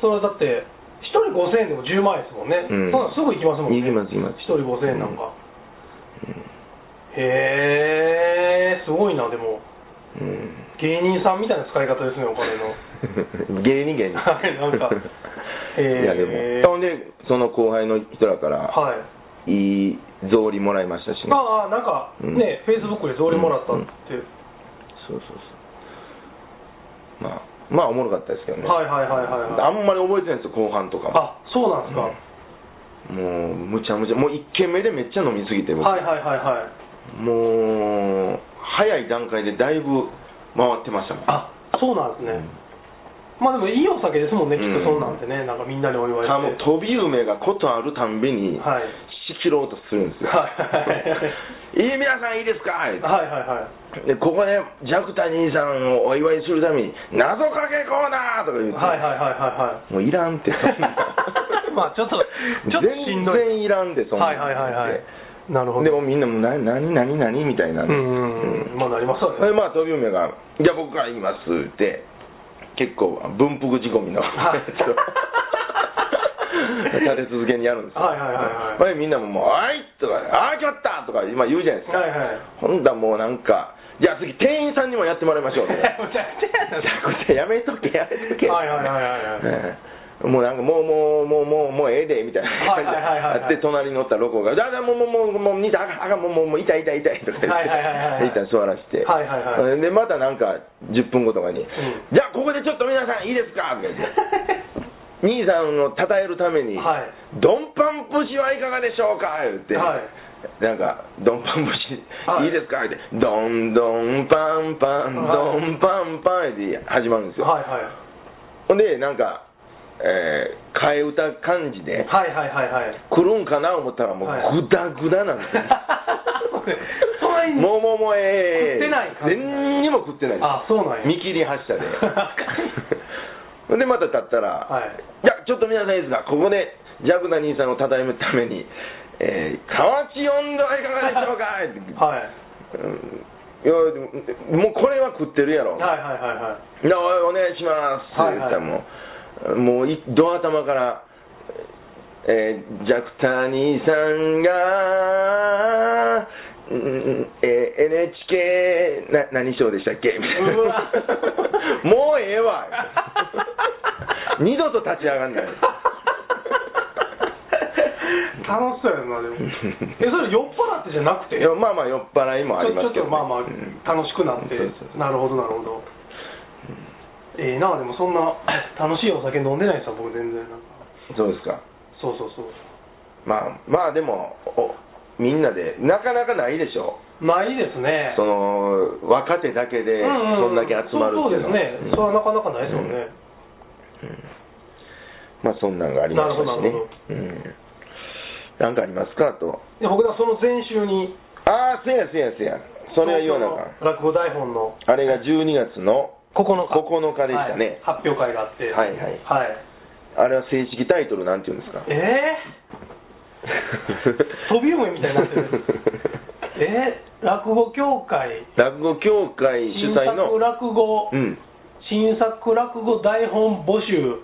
Speaker 2: それだって、1人5000円でも10万円ですもんね。
Speaker 1: うん
Speaker 2: そんなんすぐ行きますもんね。
Speaker 1: 行きます行きます
Speaker 2: 1人5000円なんか。
Speaker 1: うん
Speaker 2: へえ、すごいな、でも。
Speaker 1: うん
Speaker 2: 芸人さんみたいな使い方ですね、お金 の。
Speaker 1: 芸人芸人
Speaker 2: はいなんか
Speaker 1: いやで
Speaker 2: へー
Speaker 1: もほんでその後輩の人らから、
Speaker 2: はい。
Speaker 1: いい草履もらいましたしね
Speaker 2: ああなんか
Speaker 1: うん
Speaker 2: ね、フェイスブックで草履もらったって、
Speaker 1: そうそうそうまあまあおもろかったですけどね、
Speaker 2: はいはいはいはいはい
Speaker 1: あんまり覚えてないんですよ後半とかも
Speaker 2: あそうなんですか、
Speaker 1: もうむちゃむちゃもう1軒目でめっちゃ飲みすぎて、僕
Speaker 2: はいはいはいはい
Speaker 1: もう早い段階でだいぶ回ってましたもん
Speaker 2: あそうなんですね、まあでもいいお酒ですもんねきっとそうなんてね、なんかみんなにお祝いして
Speaker 1: あもう飛び梅がことあるたんびに
Speaker 2: はい
Speaker 1: 仕切ろうとするんですよ
Speaker 2: はい
Speaker 1: 「いい皆さんいいですか?」言うて
Speaker 2: はいはいはい
Speaker 1: でここでジャクタ兄さんをお祝いするために謎かけコーナーとか言って、
Speaker 2: はいはいはいはいはい
Speaker 1: もういら んって
Speaker 2: まあちょっとちょっとしんどい
Speaker 1: 全然いらんでそんな
Speaker 2: は
Speaker 1: ん
Speaker 2: いはいはいはいなるほど
Speaker 1: でもみんなもな何何何みたいな
Speaker 2: うんうんうんまあなりますわ
Speaker 1: それ
Speaker 2: ね
Speaker 1: でまあ飛び梅が「いや僕から言います」って結構文福仕込みの
Speaker 2: はい
Speaker 1: やつを 立て続けにやるんですよ
Speaker 2: はいはいはいはい
Speaker 1: まあみんなももう「あい!」とか「ああ決まった!」とか今言うじゃないですか、
Speaker 2: はいはい
Speaker 1: ほんだらもうなんかじゃあ次店員さんにもやってもらいましょうと
Speaker 2: むちゃくちゃやな
Speaker 1: じゃあやめとけやめとけ
Speaker 2: はいはいはいはいはい
Speaker 1: ええもうなんかもうもうもうもうもうええでみたいな感じで
Speaker 2: はいはいはいはい
Speaker 1: あって隣に乗ったロコが「だだもうもうもうもう見たあかんあかんもうもうもう痛い痛い痛い」とか言って
Speaker 2: はいはいはいはい
Speaker 1: 一旦座らして
Speaker 2: はいはいはい
Speaker 1: でまたなんか10分後とかに「じゃあここでちょっと皆さんいいですか」みたいな兄さんを称えるために
Speaker 2: は
Speaker 1: 「ドンパン節はいかがでしょうか?」言って
Speaker 2: はい
Speaker 1: なんか「ドンパン節
Speaker 2: はい
Speaker 1: いいですか?」って「ドンドンパンパンドンパンパン」って始まるんですよ
Speaker 2: はいはい
Speaker 1: ほんで、なんか、えー、替え歌感じで、
Speaker 2: はいはいはい はい
Speaker 1: 来るんかな思ったら、もう
Speaker 2: はい
Speaker 1: グダグダなん ですよ
Speaker 2: その間に
Speaker 1: もうもうもう
Speaker 2: 食
Speaker 1: ええ
Speaker 2: ってない感じ
Speaker 1: 全にも食ってないです
Speaker 2: あそうなんや
Speaker 1: 見切り 発車でほんでまた立ったら、
Speaker 2: はい
Speaker 1: じゃあちょっと皆さんいいですかここでジャグダ兄さんをたたえるために、えー、河内温度はいかがでしょうかっ て
Speaker 2: はい
Speaker 1: うんいやでももうこれは食ってるやろ、
Speaker 2: はいはいはいはい
Speaker 1: いやおお願いします」っ
Speaker 2: は
Speaker 1: て
Speaker 2: い
Speaker 1: 言
Speaker 2: は
Speaker 1: っ
Speaker 2: い
Speaker 1: たらもうもういドア頭から「えー、ジャクタ兄さんが」うんえー NHK な何賞でしたっけみたいな
Speaker 2: うわ
Speaker 1: もうえ えわ二度と立ち上がんない
Speaker 2: 楽しそうやな でもえそれ酔っ払ってじゃなくて
Speaker 1: いやまあまあ酔っ払いもあ
Speaker 2: ち
Speaker 1: り
Speaker 2: ょ
Speaker 1: ますけ
Speaker 2: ちょっと
Speaker 1: ど、
Speaker 2: まあまあ
Speaker 1: うん
Speaker 2: 楽しくなって、
Speaker 1: そうそうそう
Speaker 2: なるほどなるほど、ええなでもそんな楽しいお酒飲んでないですよ僕全然なんか
Speaker 1: そうですか
Speaker 2: そうそうそう
Speaker 1: まあまあでもおみんなでなかなかないでしょ
Speaker 2: ないですね
Speaker 1: その若手だけでそんだけ集まるっていうの
Speaker 2: そうそうですね、それはなかなかないですもんね、
Speaker 1: まあそんなんがありましたし
Speaker 2: な
Speaker 1: ね
Speaker 2: るほど
Speaker 1: うんなんかありますかあと
Speaker 2: で僕はその前週に
Speaker 1: ああせやせやせやそれは言わなあ
Speaker 2: その落語台本の
Speaker 1: かんあれが12月の
Speaker 2: 9日
Speaker 1: 9日でしたね
Speaker 2: はい発表会があって
Speaker 1: はいはい
Speaker 2: はい
Speaker 1: あれは正式タイトルなんて言うんですか
Speaker 2: ええ飛び梅みたいになってるええ落語協会
Speaker 1: 落語協会主
Speaker 2: 新
Speaker 1: 催の
Speaker 2: 作落語、
Speaker 1: うん
Speaker 2: 新作落語台本募集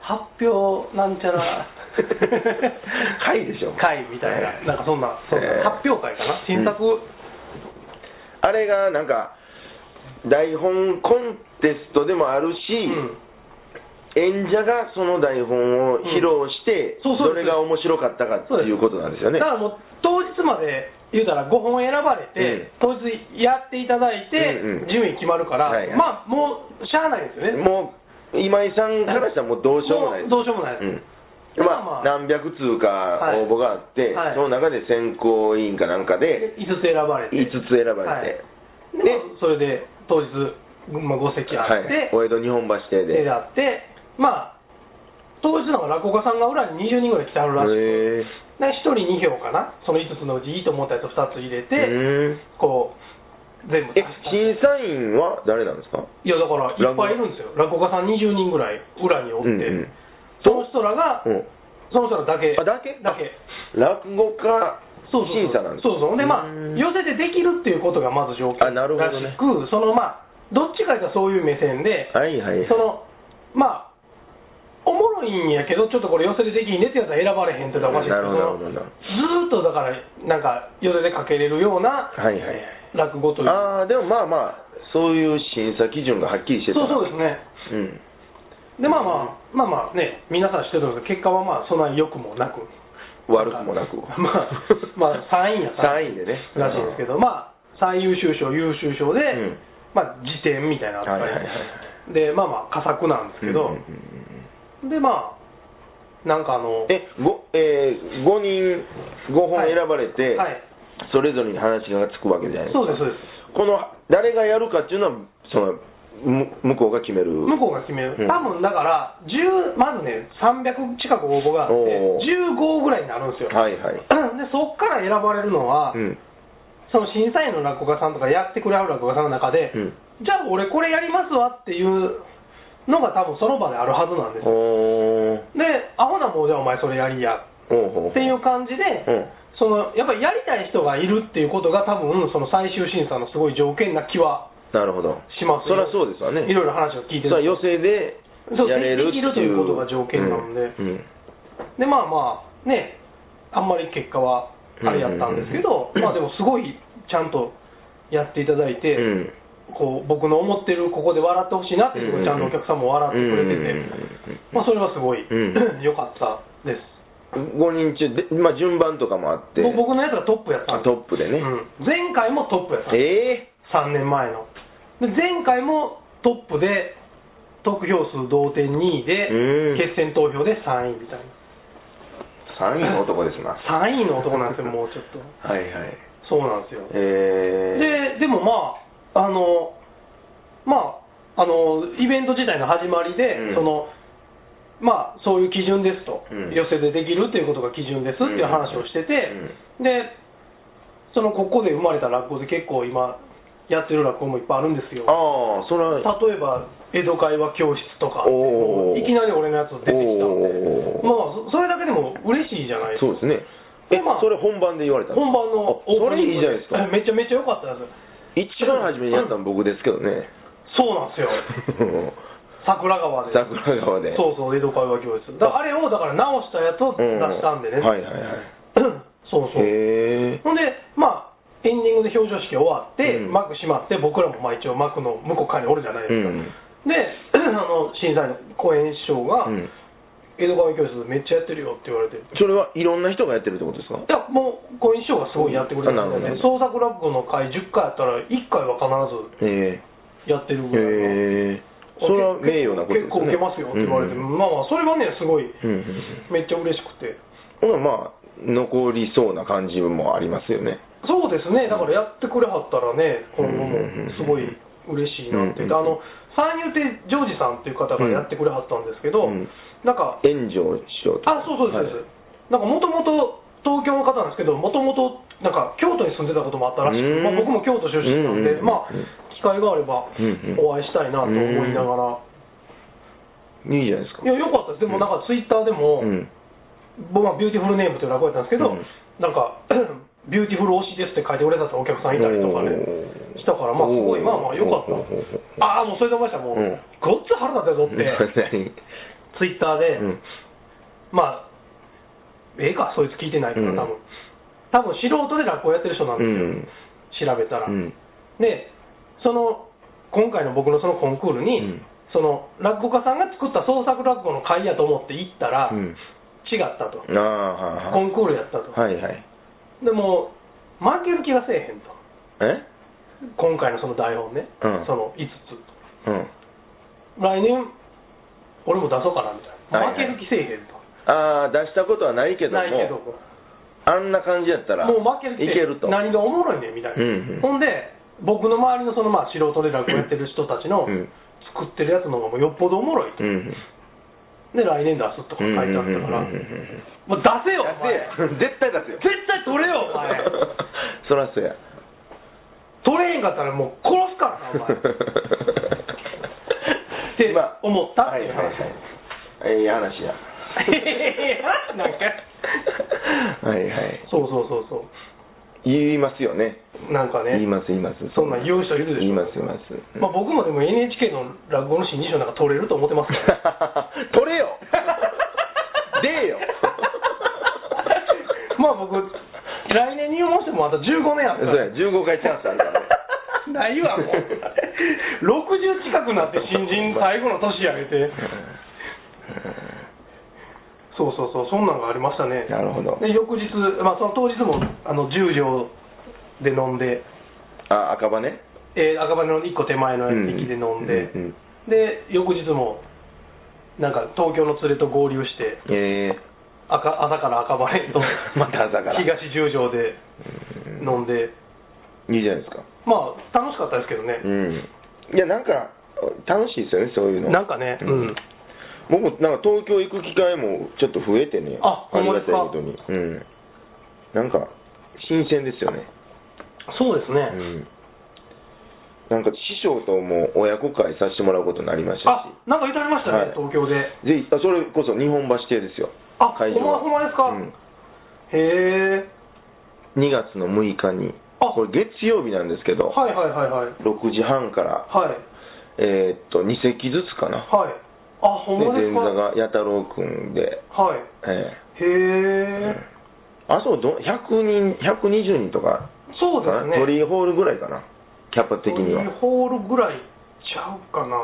Speaker 2: 発表なんちゃら
Speaker 1: 会でしょ
Speaker 2: 会みたいな、
Speaker 1: はい
Speaker 2: なんかそんなそんな
Speaker 1: えー
Speaker 2: 発表会かな新作、
Speaker 1: あれがなんか台本コンテストでもあるし、
Speaker 2: うん
Speaker 1: 演者がその台本を披露して、
Speaker 2: うんそうそう
Speaker 1: どれが面白かったかっていうことなんですよね
Speaker 2: だからもう当日まで言うたら5本選ばれて、
Speaker 1: ええ
Speaker 2: 当日やっていただいて、
Speaker 1: うんうん
Speaker 2: 順位決まるから、
Speaker 1: はいはい
Speaker 2: まあもうしゃあないですよね
Speaker 1: もう今井さんからしたらもうどうしようもないです
Speaker 2: どうしようもないです、
Speaker 1: うん
Speaker 2: まあ
Speaker 1: まあ、
Speaker 2: まあ
Speaker 1: 何百通か
Speaker 2: はい
Speaker 1: 応募があって、
Speaker 2: はい
Speaker 1: その中で選考委員かなんかで
Speaker 2: 5つ選ばれて
Speaker 1: 5つ選ば
Speaker 2: はい
Speaker 1: れて、
Speaker 2: でまあそれで当日、まあ、5席あ
Speaker 1: はい
Speaker 2: って、
Speaker 1: お江戸日本
Speaker 2: 手
Speaker 1: 橋邸で
Speaker 2: であって、まあ、当日の落語家さんが裏に20人ぐらい来てあるらしい、
Speaker 1: へ
Speaker 2: で1人2票かな、その5つのうちいいと思ったやつ2つ入れ
Speaker 1: え
Speaker 2: て、
Speaker 1: うん
Speaker 2: こう、全部出
Speaker 1: え
Speaker 2: した
Speaker 1: 審査員は誰なんですか
Speaker 2: いや、だからいっぱいいるんですよ、落語家さん20人ぐらい裏におって、
Speaker 1: うんうん
Speaker 2: その人らが、
Speaker 1: うん
Speaker 2: その人らだけ、
Speaker 1: あだけ
Speaker 2: だけ。
Speaker 1: 落語家
Speaker 2: そうそうそう
Speaker 1: 審査なんですか
Speaker 2: そうそうでまあ
Speaker 1: うん
Speaker 2: 寄せてできるっていうことがまず条件
Speaker 1: あなるほ
Speaker 2: ら
Speaker 1: どね
Speaker 2: しくそのまあどっちかというとそういう目線で、
Speaker 1: はいはいはい
Speaker 2: そのまあおもろいんやけどちょっとこれ寄せてできひんねってやつは選ばれへんって言ったらおかしい
Speaker 1: なるほど
Speaker 2: その
Speaker 1: なる
Speaker 2: ずーっ
Speaker 1: ほど
Speaker 2: とだからなんか寄せてかけれるような、
Speaker 1: はいはい
Speaker 2: 落語という
Speaker 1: ああでもまあまあそういう審査基準がはっきりしてた
Speaker 2: そうそう
Speaker 1: ら
Speaker 2: ですね
Speaker 1: うん
Speaker 2: でまあまあまあまあね皆さん知ってると思うんですけど結果はまあそんなに良くもなく
Speaker 1: 悪くもなく。
Speaker 2: まあ、 まあ、3位やったら
Speaker 1: 3位でね。
Speaker 2: しいんですけど、まあ、最優秀賞、優秀賞で、
Speaker 1: うん
Speaker 2: まあ、辞典みたいなのあったり、
Speaker 1: はいはいは
Speaker 2: で、まあまあ、佳作なんです
Speaker 1: う
Speaker 2: け
Speaker 1: ん。うん
Speaker 2: ど
Speaker 1: うん、うん
Speaker 2: で、まあ、なんかあの、
Speaker 1: え、ごえー、5人、5本
Speaker 2: はい
Speaker 1: 選ばれて、
Speaker 2: はい、
Speaker 1: それぞれに話がつくわけじゃないですか。
Speaker 2: そうです、そうです。
Speaker 1: この、誰がやるかっていうのは、その、む向こうが決める。
Speaker 2: 向こうが決める、
Speaker 1: うん
Speaker 2: 多分だから、10まずね、300近く応募があって、
Speaker 1: おー
Speaker 2: 15ぐらいになるんですよ、
Speaker 1: はいはい。
Speaker 2: でそこから選ばれるのは、
Speaker 1: うん。
Speaker 2: その審査員の落語家さんとか、やってくれはる落語家さんの中で、
Speaker 1: うん
Speaker 2: じゃあ、俺、これやりますわっていうのが、多分その場であるはずなんですよ、
Speaker 1: おー。
Speaker 2: で、あほな、もうじゃあ、お前、それやりや
Speaker 1: おほ
Speaker 2: っていう感じで、
Speaker 1: うん
Speaker 2: そのやっぱりやりたい人がいるっていうことが、多分その最終審査のすごい条件な気は
Speaker 1: なるほど。
Speaker 2: します
Speaker 1: そりゃそうですわね。
Speaker 2: いろいろ話を聞いて
Speaker 1: それは予選で
Speaker 2: そう
Speaker 1: やれる
Speaker 2: できるということが条件なので
Speaker 1: うんうん
Speaker 2: でまあまあねあんまり結果はあれやったんですけど、
Speaker 1: うん
Speaker 2: まあでもすごいちゃんとやっていただいて、
Speaker 1: うん
Speaker 2: こう僕の思ってるここで笑ってほしいなっていうところ
Speaker 1: うん
Speaker 2: ちゃんとお客さんも笑ってくれてて、
Speaker 1: うん
Speaker 2: まあ、それはすごい
Speaker 1: う ん
Speaker 2: 良、かったです
Speaker 1: 5人中で、まあ、順番とかもあって、
Speaker 2: ぼ僕のやつがトップやった
Speaker 1: あ
Speaker 2: んです
Speaker 1: トップでね、
Speaker 2: うん前回もトップやったんです
Speaker 1: え
Speaker 2: 3年前ので前回もトップで得票数同点2位で、
Speaker 1: うん
Speaker 2: 決選投票で3位みたいな
Speaker 1: ー、3位の男です な、
Speaker 2: 3位の男 なんですよもうちょっと
Speaker 1: はいはい、
Speaker 2: そうなんですよ
Speaker 1: え
Speaker 2: ででもまああのまああのイベント自体の始まりで、
Speaker 1: うん
Speaker 2: そのまあそういう基準ですと、
Speaker 1: うん
Speaker 2: 寄せでできるということが基準ですっていう話をしてて、でそのここで生まれた落語で結構今やってる落語もいっぱいあるんですよ
Speaker 1: ー、ああ、それは、
Speaker 2: 例えば江戸会話教室とか
Speaker 1: お
Speaker 2: い
Speaker 1: ー
Speaker 2: きなり俺のやつ出てきたんで
Speaker 1: おー
Speaker 2: まあそそれだけでも嬉しいじゃないですか
Speaker 1: そうで
Speaker 2: で
Speaker 1: すね、え
Speaker 2: まあ
Speaker 1: それ本番で言われたの
Speaker 2: 本番の
Speaker 1: あそれいいじゃないですか
Speaker 2: オープニングでめちゃめちゃ良かったです
Speaker 1: 一番初めにやったの僕ですけどね、
Speaker 2: そうなんで すよ桜川で
Speaker 1: 桜川で。
Speaker 2: そうそう江戸会話教室だあれをだから直したやつを出したんでね、
Speaker 1: うはいはいはい。
Speaker 2: そうそう
Speaker 1: へえ。
Speaker 2: ほんでまあエンディングで表彰式終わって、
Speaker 1: うん
Speaker 2: 幕閉まって僕らもまあ一応幕の向こう側におるじゃないですか、
Speaker 1: うん
Speaker 2: で あの審査員の公演師匠が、
Speaker 1: うん
Speaker 2: 江戸川教室めっちゃやってるよって言われて、い
Speaker 1: それはいろんな人がやってるってことですか
Speaker 2: や、もう、ご印象がすごいやってくれたん
Speaker 1: な
Speaker 2: で、
Speaker 1: る
Speaker 2: ね、創
Speaker 1: ほ
Speaker 2: 作落語の回10回やったら、1回は必
Speaker 1: へえ。
Speaker 2: ずやってるぐらいの。
Speaker 1: へえ。それは名誉なことですね。
Speaker 2: 結構受けますよって言われて、
Speaker 1: うんうん
Speaker 2: まあまあ、それはね、すごい、
Speaker 1: うんうん
Speaker 2: めっちゃ嬉しくて。
Speaker 1: ほなまあ、残りそうな感じもありますよね。
Speaker 2: そうですね、だからやってくれはったらね、今後も
Speaker 1: うん
Speaker 2: すごい嬉しいなって、
Speaker 1: うん
Speaker 2: あの三遊亭ジョージさんっていう方がやってくれはったんですけど、
Speaker 1: うん
Speaker 2: なんか、
Speaker 1: 炎上しようと。
Speaker 2: あそうそうです、そうですなんかもともと東京の方なんですけど、もともとなんか京都に住んでたこともあったらしく、
Speaker 1: うん
Speaker 2: まあ、僕も京都出身なんで、
Speaker 1: うん
Speaker 2: まあ、機会があれば
Speaker 1: うんうん
Speaker 2: お会いしたいなと思いながら、
Speaker 1: はい。いいじゃないですか。
Speaker 2: いや、よかったです、でもなんかツイッターでも、
Speaker 1: うん。
Speaker 2: 僕はビューティフルネームという落語やったんですけど、
Speaker 1: うん
Speaker 2: なんか、 ビューティフル推しですって書いて俺だったお客さんいたりとかね
Speaker 1: おー
Speaker 2: したから、まあ、すごい、
Speaker 1: おー
Speaker 2: まあまあ、よかっ
Speaker 1: おーおーお
Speaker 2: た。ああ、もうそれで思いました、もう、
Speaker 1: うん
Speaker 2: ごっつ腹立ったぞって、
Speaker 1: 何
Speaker 2: ツイッターで、
Speaker 1: うん
Speaker 2: まあ、ええか、そいつ聞いてないから、多分、
Speaker 1: うん
Speaker 2: 多分素人で落語やってる人なん
Speaker 1: う
Speaker 2: で
Speaker 1: ん。
Speaker 2: すよ、調べたら。
Speaker 1: うん。
Speaker 2: で、その、今回の僕のそのコンクールに、
Speaker 1: うん
Speaker 2: その落語家さんが作った創作落語の会やと思って行ったら、
Speaker 1: うん
Speaker 2: 違ったと、
Speaker 1: ああ、
Speaker 2: コンクールやったと、
Speaker 1: はいはい。
Speaker 2: でも、負ける気がせえへんと、
Speaker 1: え
Speaker 2: 今回のその台本ね、
Speaker 1: うん
Speaker 2: その5つ、
Speaker 1: うん。
Speaker 2: 来年、俺も出そうかなみたいな、
Speaker 1: はいはい
Speaker 2: 負ける気せえへんと、
Speaker 1: ああ、出したことはないけども、
Speaker 2: ないけど、
Speaker 1: あんな感じやったら、
Speaker 2: もう負ける気
Speaker 1: いけると。
Speaker 2: 何がおもろいねんみたいな、
Speaker 1: うんうん
Speaker 2: ほんで、僕の周りのそのまあ素人で落語やってる人たちの
Speaker 1: うん
Speaker 2: 作ってるやつの方がもうよっぽどおもろいと、
Speaker 1: うん。
Speaker 2: で、来年出すとか書いてあったから、
Speaker 1: うんうんうんうん
Speaker 2: もう出せよ、お 前
Speaker 1: 出せ絶対出すよ。
Speaker 2: 絶対取れよ、お 前、
Speaker 1: そら そうや。
Speaker 2: 取れへんかったらもう殺すからな、 お前。って思ったっていう話
Speaker 1: はいはいはい。ええ話や。
Speaker 2: なんか
Speaker 1: はいはい。
Speaker 2: そうそうそうそう
Speaker 1: 言いますよね。
Speaker 2: なんかね、
Speaker 1: 言います言います。
Speaker 2: そんなん言う人いるでしょ
Speaker 1: 言います言います。うん
Speaker 2: まあ、僕もでも NHK の落語の新人賞なんか取れると思ってますから、
Speaker 1: 取 れよ出えよ
Speaker 2: まあ僕、来年入門してもまた15年ある
Speaker 1: そう
Speaker 2: から、、
Speaker 1: や15回チャンスあるからね。
Speaker 2: ないわ、も う、60近くなって新人最後の年やめて、そうそうそう、そんなんがありましたね。
Speaker 1: なるほど
Speaker 2: で、翌日、まあ、その当日も、あの、十条で飲んで、
Speaker 1: あ赤羽ね
Speaker 2: えー赤羽の一個手前の駅で飲んで、
Speaker 1: うんうん
Speaker 2: で、翌日も、なんか、東京の連れと合流して、
Speaker 1: え
Speaker 2: 赤朝から赤羽と
Speaker 1: また朝から
Speaker 2: 東十条で飲んで、
Speaker 1: ー、いいじゃないですか
Speaker 2: まあ、楽しかったですけどね
Speaker 1: う。んいやなんか楽しいですよねそういうの
Speaker 2: なんかね、うん。
Speaker 1: 僕もなんか東京行く機会もちょっと増えてね
Speaker 2: あほん
Speaker 1: り
Speaker 2: ま
Speaker 1: が
Speaker 2: です
Speaker 1: たい
Speaker 2: か
Speaker 1: ことにうんなんか新鮮ですよね
Speaker 2: そうですね。
Speaker 1: うんなんか師匠とも親子会させてもらうことになりました
Speaker 2: あ、なんか言ってありましたね、
Speaker 1: はい
Speaker 2: 東京で。
Speaker 1: しぜひあそれこそ日本橋亭ですよ
Speaker 2: あ、
Speaker 1: 会場は
Speaker 2: ほんまほんまですか
Speaker 1: うん
Speaker 2: へえ。
Speaker 1: 2月の6日に
Speaker 2: あ
Speaker 1: これ月曜日なんですけど、
Speaker 2: はいはいはいはい。
Speaker 1: 6時半から、
Speaker 2: はい。
Speaker 1: えーっと2席ずつかな、
Speaker 2: はい。あ、ほんま
Speaker 1: で
Speaker 2: です
Speaker 1: 前
Speaker 2: か
Speaker 1: 座が弥太郎君で、
Speaker 2: はい。
Speaker 1: え
Speaker 2: へえ。
Speaker 1: えあそうど100人120人とか
Speaker 2: そうで
Speaker 1: かな、
Speaker 2: すね。
Speaker 1: 鳥居ホールぐらいかなキャパ的には
Speaker 2: 鳥居ホールぐらいちゃうかな。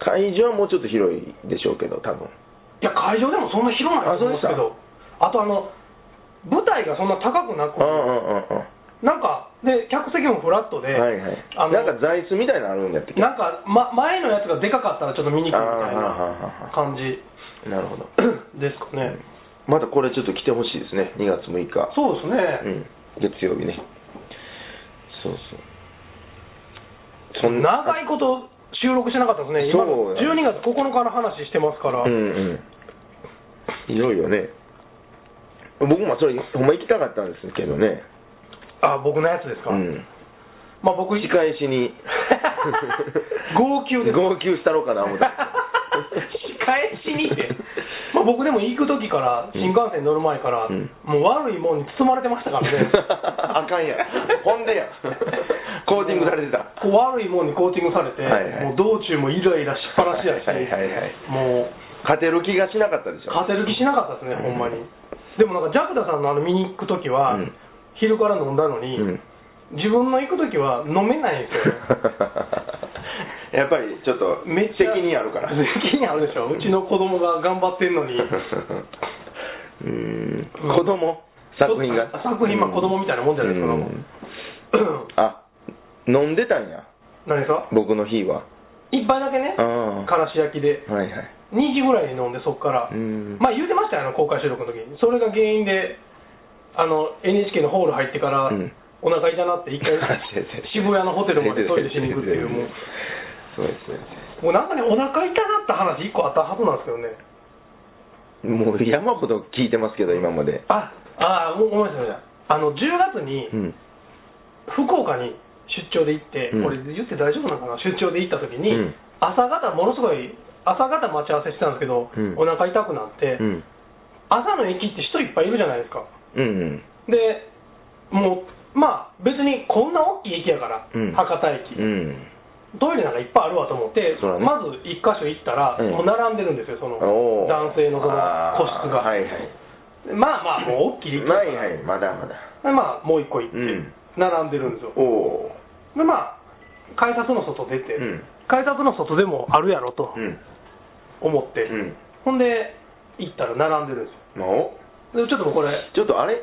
Speaker 1: 会場はもうちょっと広いでしょうけど多分
Speaker 2: いや、会場でもそんな広ないと思うんですけど、あとあの、舞台がそんな高くなく
Speaker 1: うんうん
Speaker 2: て、
Speaker 1: うんうん
Speaker 2: なんか、で、客席もフラットで、
Speaker 1: はいはい
Speaker 2: あの
Speaker 1: なんか座椅子みたいなのあるんだって
Speaker 2: なんか、ま、前のやつがでかかったらちょっと見にくいみたいな感じ
Speaker 1: なるほど
Speaker 2: ですかね。
Speaker 1: またこれちょっと来てほしいですね2月6日
Speaker 2: そうですね。
Speaker 1: うん、月曜日ねそうそうそんな
Speaker 2: 長いこと収録してなかったですね、今、
Speaker 1: そうや
Speaker 2: 12月9日の話してますから、
Speaker 1: うんうんいろいろね僕もそれほんま行きたかったんですけどね
Speaker 2: あ僕のやつですか、
Speaker 1: うん
Speaker 2: まあ僕、
Speaker 1: 仕返しに
Speaker 2: 号泣です、
Speaker 1: 号泣したろうか な思って
Speaker 2: 仕返しにって、まあ、僕でも行く時から、新幹線乗る前から、
Speaker 1: うん
Speaker 2: もう悪いもんに包まれてましたからね
Speaker 1: あかんやんほんでやん コーティングされてた
Speaker 2: こう悪いもんにコーティングされて、
Speaker 1: はいはい
Speaker 2: もう道中もイライラしっぱなしやし、
Speaker 1: はいはいはい
Speaker 2: もう
Speaker 1: 勝てる気がしなかったでしょ
Speaker 2: 勝てる気しなかったですね、ほんまに。でもなんか、ジャクダさんのあの見に行く時は、
Speaker 1: うん
Speaker 2: 昼から飲んだのに、
Speaker 1: うん
Speaker 2: 自分の行く時は飲めないんですよね。
Speaker 1: やっぱりちょっと
Speaker 2: めっちゃ
Speaker 1: 責任あるから
Speaker 2: 責任あるでしょうちの子供が頑張ってんのに
Speaker 1: うん子供作品が
Speaker 2: 作品まあ子供みたいなもんじゃないですか
Speaker 1: うんあ飲んでたんや
Speaker 2: 何ですか
Speaker 1: 僕の日は
Speaker 2: 一杯だけね
Speaker 1: ああ
Speaker 2: からし焼きで
Speaker 1: はいはい
Speaker 2: 2時ぐらいに飲んでそっから
Speaker 1: うん
Speaker 2: まあ言うてましたよあの公開収録の時にそれが原因であの NHK のホール入ってから、
Speaker 1: うん
Speaker 2: お腹痛なって一回
Speaker 1: 先生
Speaker 2: 渋谷のホテルまでトイレしに行くっていうもう
Speaker 1: そうですね
Speaker 2: もうなんかねお腹痛なった話一個あったはずなんですけどね
Speaker 1: もう山ほど聞いてますけど今まで
Speaker 2: ああーごごめんなさいごめんなさいあの10月に、
Speaker 1: うん
Speaker 2: 福岡に出張で行って、
Speaker 1: うん
Speaker 2: これ言って大丈夫なのかな出張で行った時に、
Speaker 1: うん
Speaker 2: 朝方ものすごい朝方待ち合わせしてたんですけど、
Speaker 1: うん
Speaker 2: お腹痛くなって、
Speaker 1: うん
Speaker 2: 朝の駅って人いっぱいいるじゃないですか
Speaker 1: うんうん
Speaker 2: でもうまあ別にこんな大きい駅やから、博
Speaker 1: うん
Speaker 2: 多駅、
Speaker 1: うん
Speaker 2: トイレなんかいっぱいあるわと思って、
Speaker 1: そらね
Speaker 2: まず1箇所行ったら、
Speaker 1: うん
Speaker 2: もう並んでるんですよその
Speaker 1: おー
Speaker 2: 男性のその
Speaker 1: あー
Speaker 2: 個室が
Speaker 1: はいはい
Speaker 2: まあまあもう大きい駅や
Speaker 1: は
Speaker 2: か
Speaker 1: い
Speaker 2: ら
Speaker 1: はいまだまだ
Speaker 2: でまあもう1個行って、
Speaker 1: うん
Speaker 2: 並んでるんですよ
Speaker 1: おお
Speaker 2: でまあ改札の外出て、
Speaker 1: うん
Speaker 2: 改札の外でもあるやろと
Speaker 1: うん
Speaker 2: 思って、
Speaker 1: うん
Speaker 2: ほんで行ったら並んでるんです
Speaker 1: まあお
Speaker 2: よでちょっともうこれ
Speaker 1: ちょっとあれ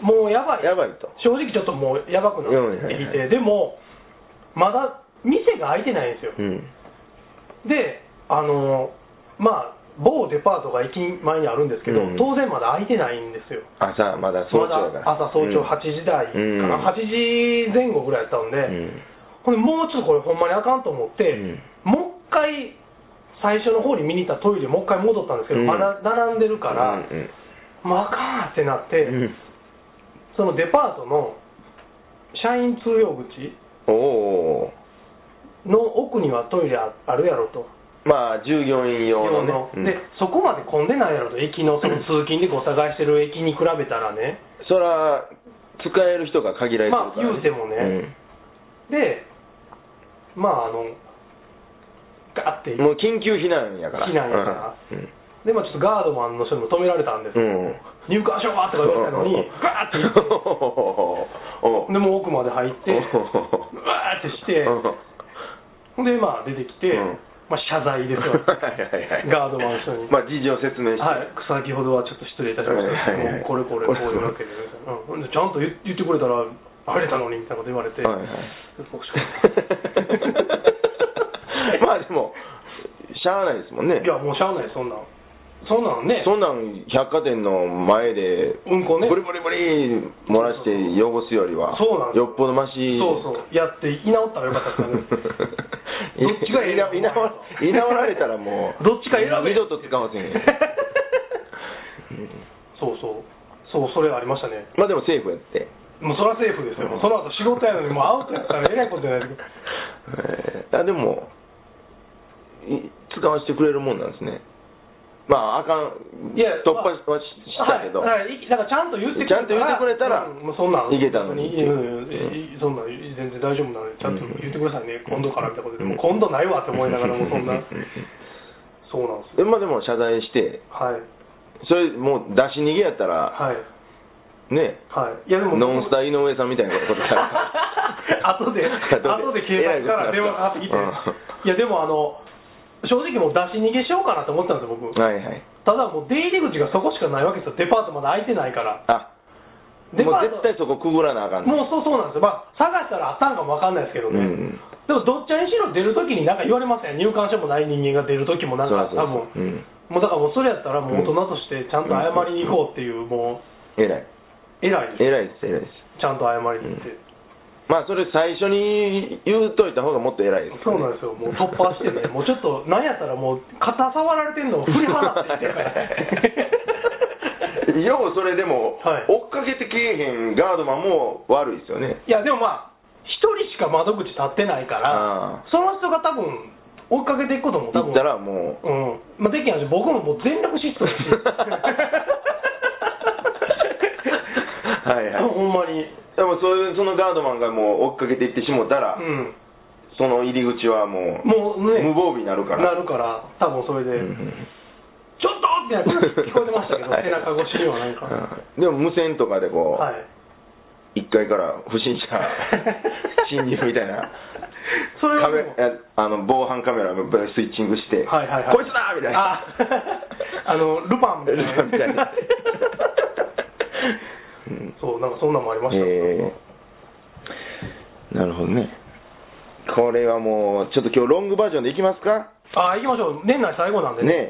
Speaker 2: もうやばい
Speaker 1: やばいと
Speaker 2: 正直ちょっともうやばくなってき
Speaker 1: うんはいは
Speaker 2: てでもまだ店が開いてないんですよ
Speaker 1: うん
Speaker 2: であのまあ某デパートが駅前にあるんですけど、
Speaker 1: うん
Speaker 2: 当然まだ開いてないんですよ
Speaker 1: 朝まだ早
Speaker 2: まだ
Speaker 1: 朝やか
Speaker 2: 朝
Speaker 1: ら
Speaker 2: 早朝8時台かな、
Speaker 1: うん
Speaker 2: 8時前後ぐらいやったんで、
Speaker 1: う
Speaker 2: ほん
Speaker 1: ん
Speaker 2: でもうちょっとこれほんまにあかんと思って、
Speaker 1: うん
Speaker 2: もう一回最初の方に見に行ったトイレもう一回戻ったんですけど、
Speaker 1: うん
Speaker 2: まだ並んでるから、
Speaker 1: うんうん
Speaker 2: まああかんってなって、
Speaker 1: うん
Speaker 2: そのデパートの社員通用口
Speaker 1: おお
Speaker 2: の奥にはトイレああるやろと。
Speaker 1: まあ従業員用のね
Speaker 2: 用
Speaker 1: うん
Speaker 2: のでそこまで混んでないやろと、駅のその通勤でご探してる駅に比べたらね、
Speaker 1: そら使える人が限られてる
Speaker 2: まあ
Speaker 1: から、
Speaker 2: 言うてもねで、まあ、あの、ガーって
Speaker 1: うん、もう緊急避難やから
Speaker 2: 避難やから
Speaker 1: うん
Speaker 2: で、まあ、ちょっとガードマンの人にも止められたんです、
Speaker 1: うん、うん
Speaker 2: 入管しようかとか言われたのに、ガーって言って
Speaker 1: お
Speaker 2: でもう奥まで入って、うわーってして、
Speaker 1: うん
Speaker 2: で、まあ出てきて、
Speaker 1: うん
Speaker 2: まあ、謝罪ですよ
Speaker 1: はいはいはい
Speaker 2: ガードマンの人に
Speaker 1: まあ事情を説明して、
Speaker 2: はい、先ほどはちょっと失礼いたしました、
Speaker 1: はいはいはい
Speaker 2: もうこれこれこういうわけで、うん、でちゃんと言言ってくれたらあれたのにみたいなこと言われて、
Speaker 1: はいはいまあでもしゃあないですもんね
Speaker 2: いやもうしゃあないそんなんそんなんね
Speaker 1: そんなん百貨店の前で
Speaker 2: うんこね
Speaker 1: ブリブリブリ漏らして汚すよりは
Speaker 2: そうなんです
Speaker 1: よっぽどマシ
Speaker 2: そうそうやって居直ったらよかったですかねどっちがええ
Speaker 1: い
Speaker 2: の
Speaker 1: な居直居直られたらもう
Speaker 2: どっちか選べ
Speaker 1: 二度と使わ せん
Speaker 2: そうそうそうそれありましたね
Speaker 1: まあでもセーフやって
Speaker 2: もうそらセーフですよ、もうその後仕事やのにもうアウトやったらえらいことじゃないですか
Speaker 1: えーあでもい使わせてくれるもんなんですねまああかん
Speaker 2: いや
Speaker 1: 突破はししたけど、
Speaker 2: はいはい、いだからちゃんと言ってくれ
Speaker 1: ちゃんと言ってくれたら
Speaker 2: うんもうそんなん
Speaker 1: いけたのに
Speaker 2: 別うんいそんなん全然大丈夫なのでちゃんと言ってくださいね、今度からみたいなことでもう今度ないわって思いなが らもうそんな
Speaker 1: うん
Speaker 2: そうなんです
Speaker 1: え
Speaker 2: よ
Speaker 1: まあでも謝罪して
Speaker 2: はい
Speaker 1: それもう出し逃げやったら
Speaker 2: はい
Speaker 1: ね
Speaker 2: はいいやでも
Speaker 1: ノンスタ
Speaker 2: イ
Speaker 1: ー井上さんみたいなことにな る
Speaker 2: 後で後で警察から電話がかかってきて、いやでもあの正直もう出し逃げしようかなと思ってたんですよ僕、
Speaker 1: うんはいはい
Speaker 2: ただもう出入り口がそこしかないわけですよデパートまだ開いてないから
Speaker 1: あ
Speaker 2: デ
Speaker 1: もう
Speaker 2: パート
Speaker 1: 絶対そこくぐらなあかんね
Speaker 2: もうそうそうなんですよ、まあ、探したらあったんかもわかんないですけどね、
Speaker 1: うん
Speaker 2: でもどっちにしろ出るときになんか言われません、入館者もない人間が出るときもなんか、
Speaker 1: そうそう
Speaker 2: 多
Speaker 1: そう
Speaker 2: 分、
Speaker 1: うん
Speaker 2: もうだからもうそれやったら、もう大人としてちゃんと謝りに行こうっていう、も、
Speaker 1: 偉いう
Speaker 2: 偉いです、
Speaker 1: 偉いです偉いです
Speaker 2: ちゃんと謝りに行って、
Speaker 1: まあそれ最初に言うといた方がもっと偉いです、ね、
Speaker 2: そうなんですよ、もう突破 してね、もうちょっと、なんやったらもう、肩触られてんのを振り払 ってきて
Speaker 1: ようそれでも、
Speaker 2: はい
Speaker 1: 追っかけてけえへんガードマンも悪いですよね
Speaker 2: いや、でもまあ、一人しか窓口立ってないから
Speaker 1: あ、
Speaker 2: その人が多分追っかけていくことも多
Speaker 1: 行
Speaker 2: 分
Speaker 1: った らもう
Speaker 2: うん、まあ、できないし、僕ももう全力疾走ですし
Speaker 1: はいはい
Speaker 2: ほんまに、
Speaker 1: でもそれそのガードマンがもう追っかけていってしもたら、
Speaker 2: うん、
Speaker 1: その入り口はもう
Speaker 2: もうね、
Speaker 1: 無防備になるから
Speaker 2: なるから、多分それで、
Speaker 1: うんうん
Speaker 2: ちょっとってや つ聞こえてましたけど、
Speaker 1: はい
Speaker 2: 背中越しにはなんか、は
Speaker 1: うんでも無線とかでこう、
Speaker 2: い、
Speaker 1: 1階から不審者 侵入みたいな
Speaker 2: それは
Speaker 1: カ
Speaker 2: で
Speaker 1: メ
Speaker 2: も
Speaker 1: ああの防犯カメラのスイッチングして、
Speaker 2: はいはいはい、
Speaker 1: こいつだみたい
Speaker 2: あ
Speaker 1: な
Speaker 2: あのルパンみたいな、
Speaker 1: ルパンみたいなうん
Speaker 2: そう、なんかそんなんもありました、
Speaker 1: えーなるほどねこれはもうちょっと今日ロングバージョンでいきますか
Speaker 2: あ行きましょう、年内最後なんでね
Speaker 1: ね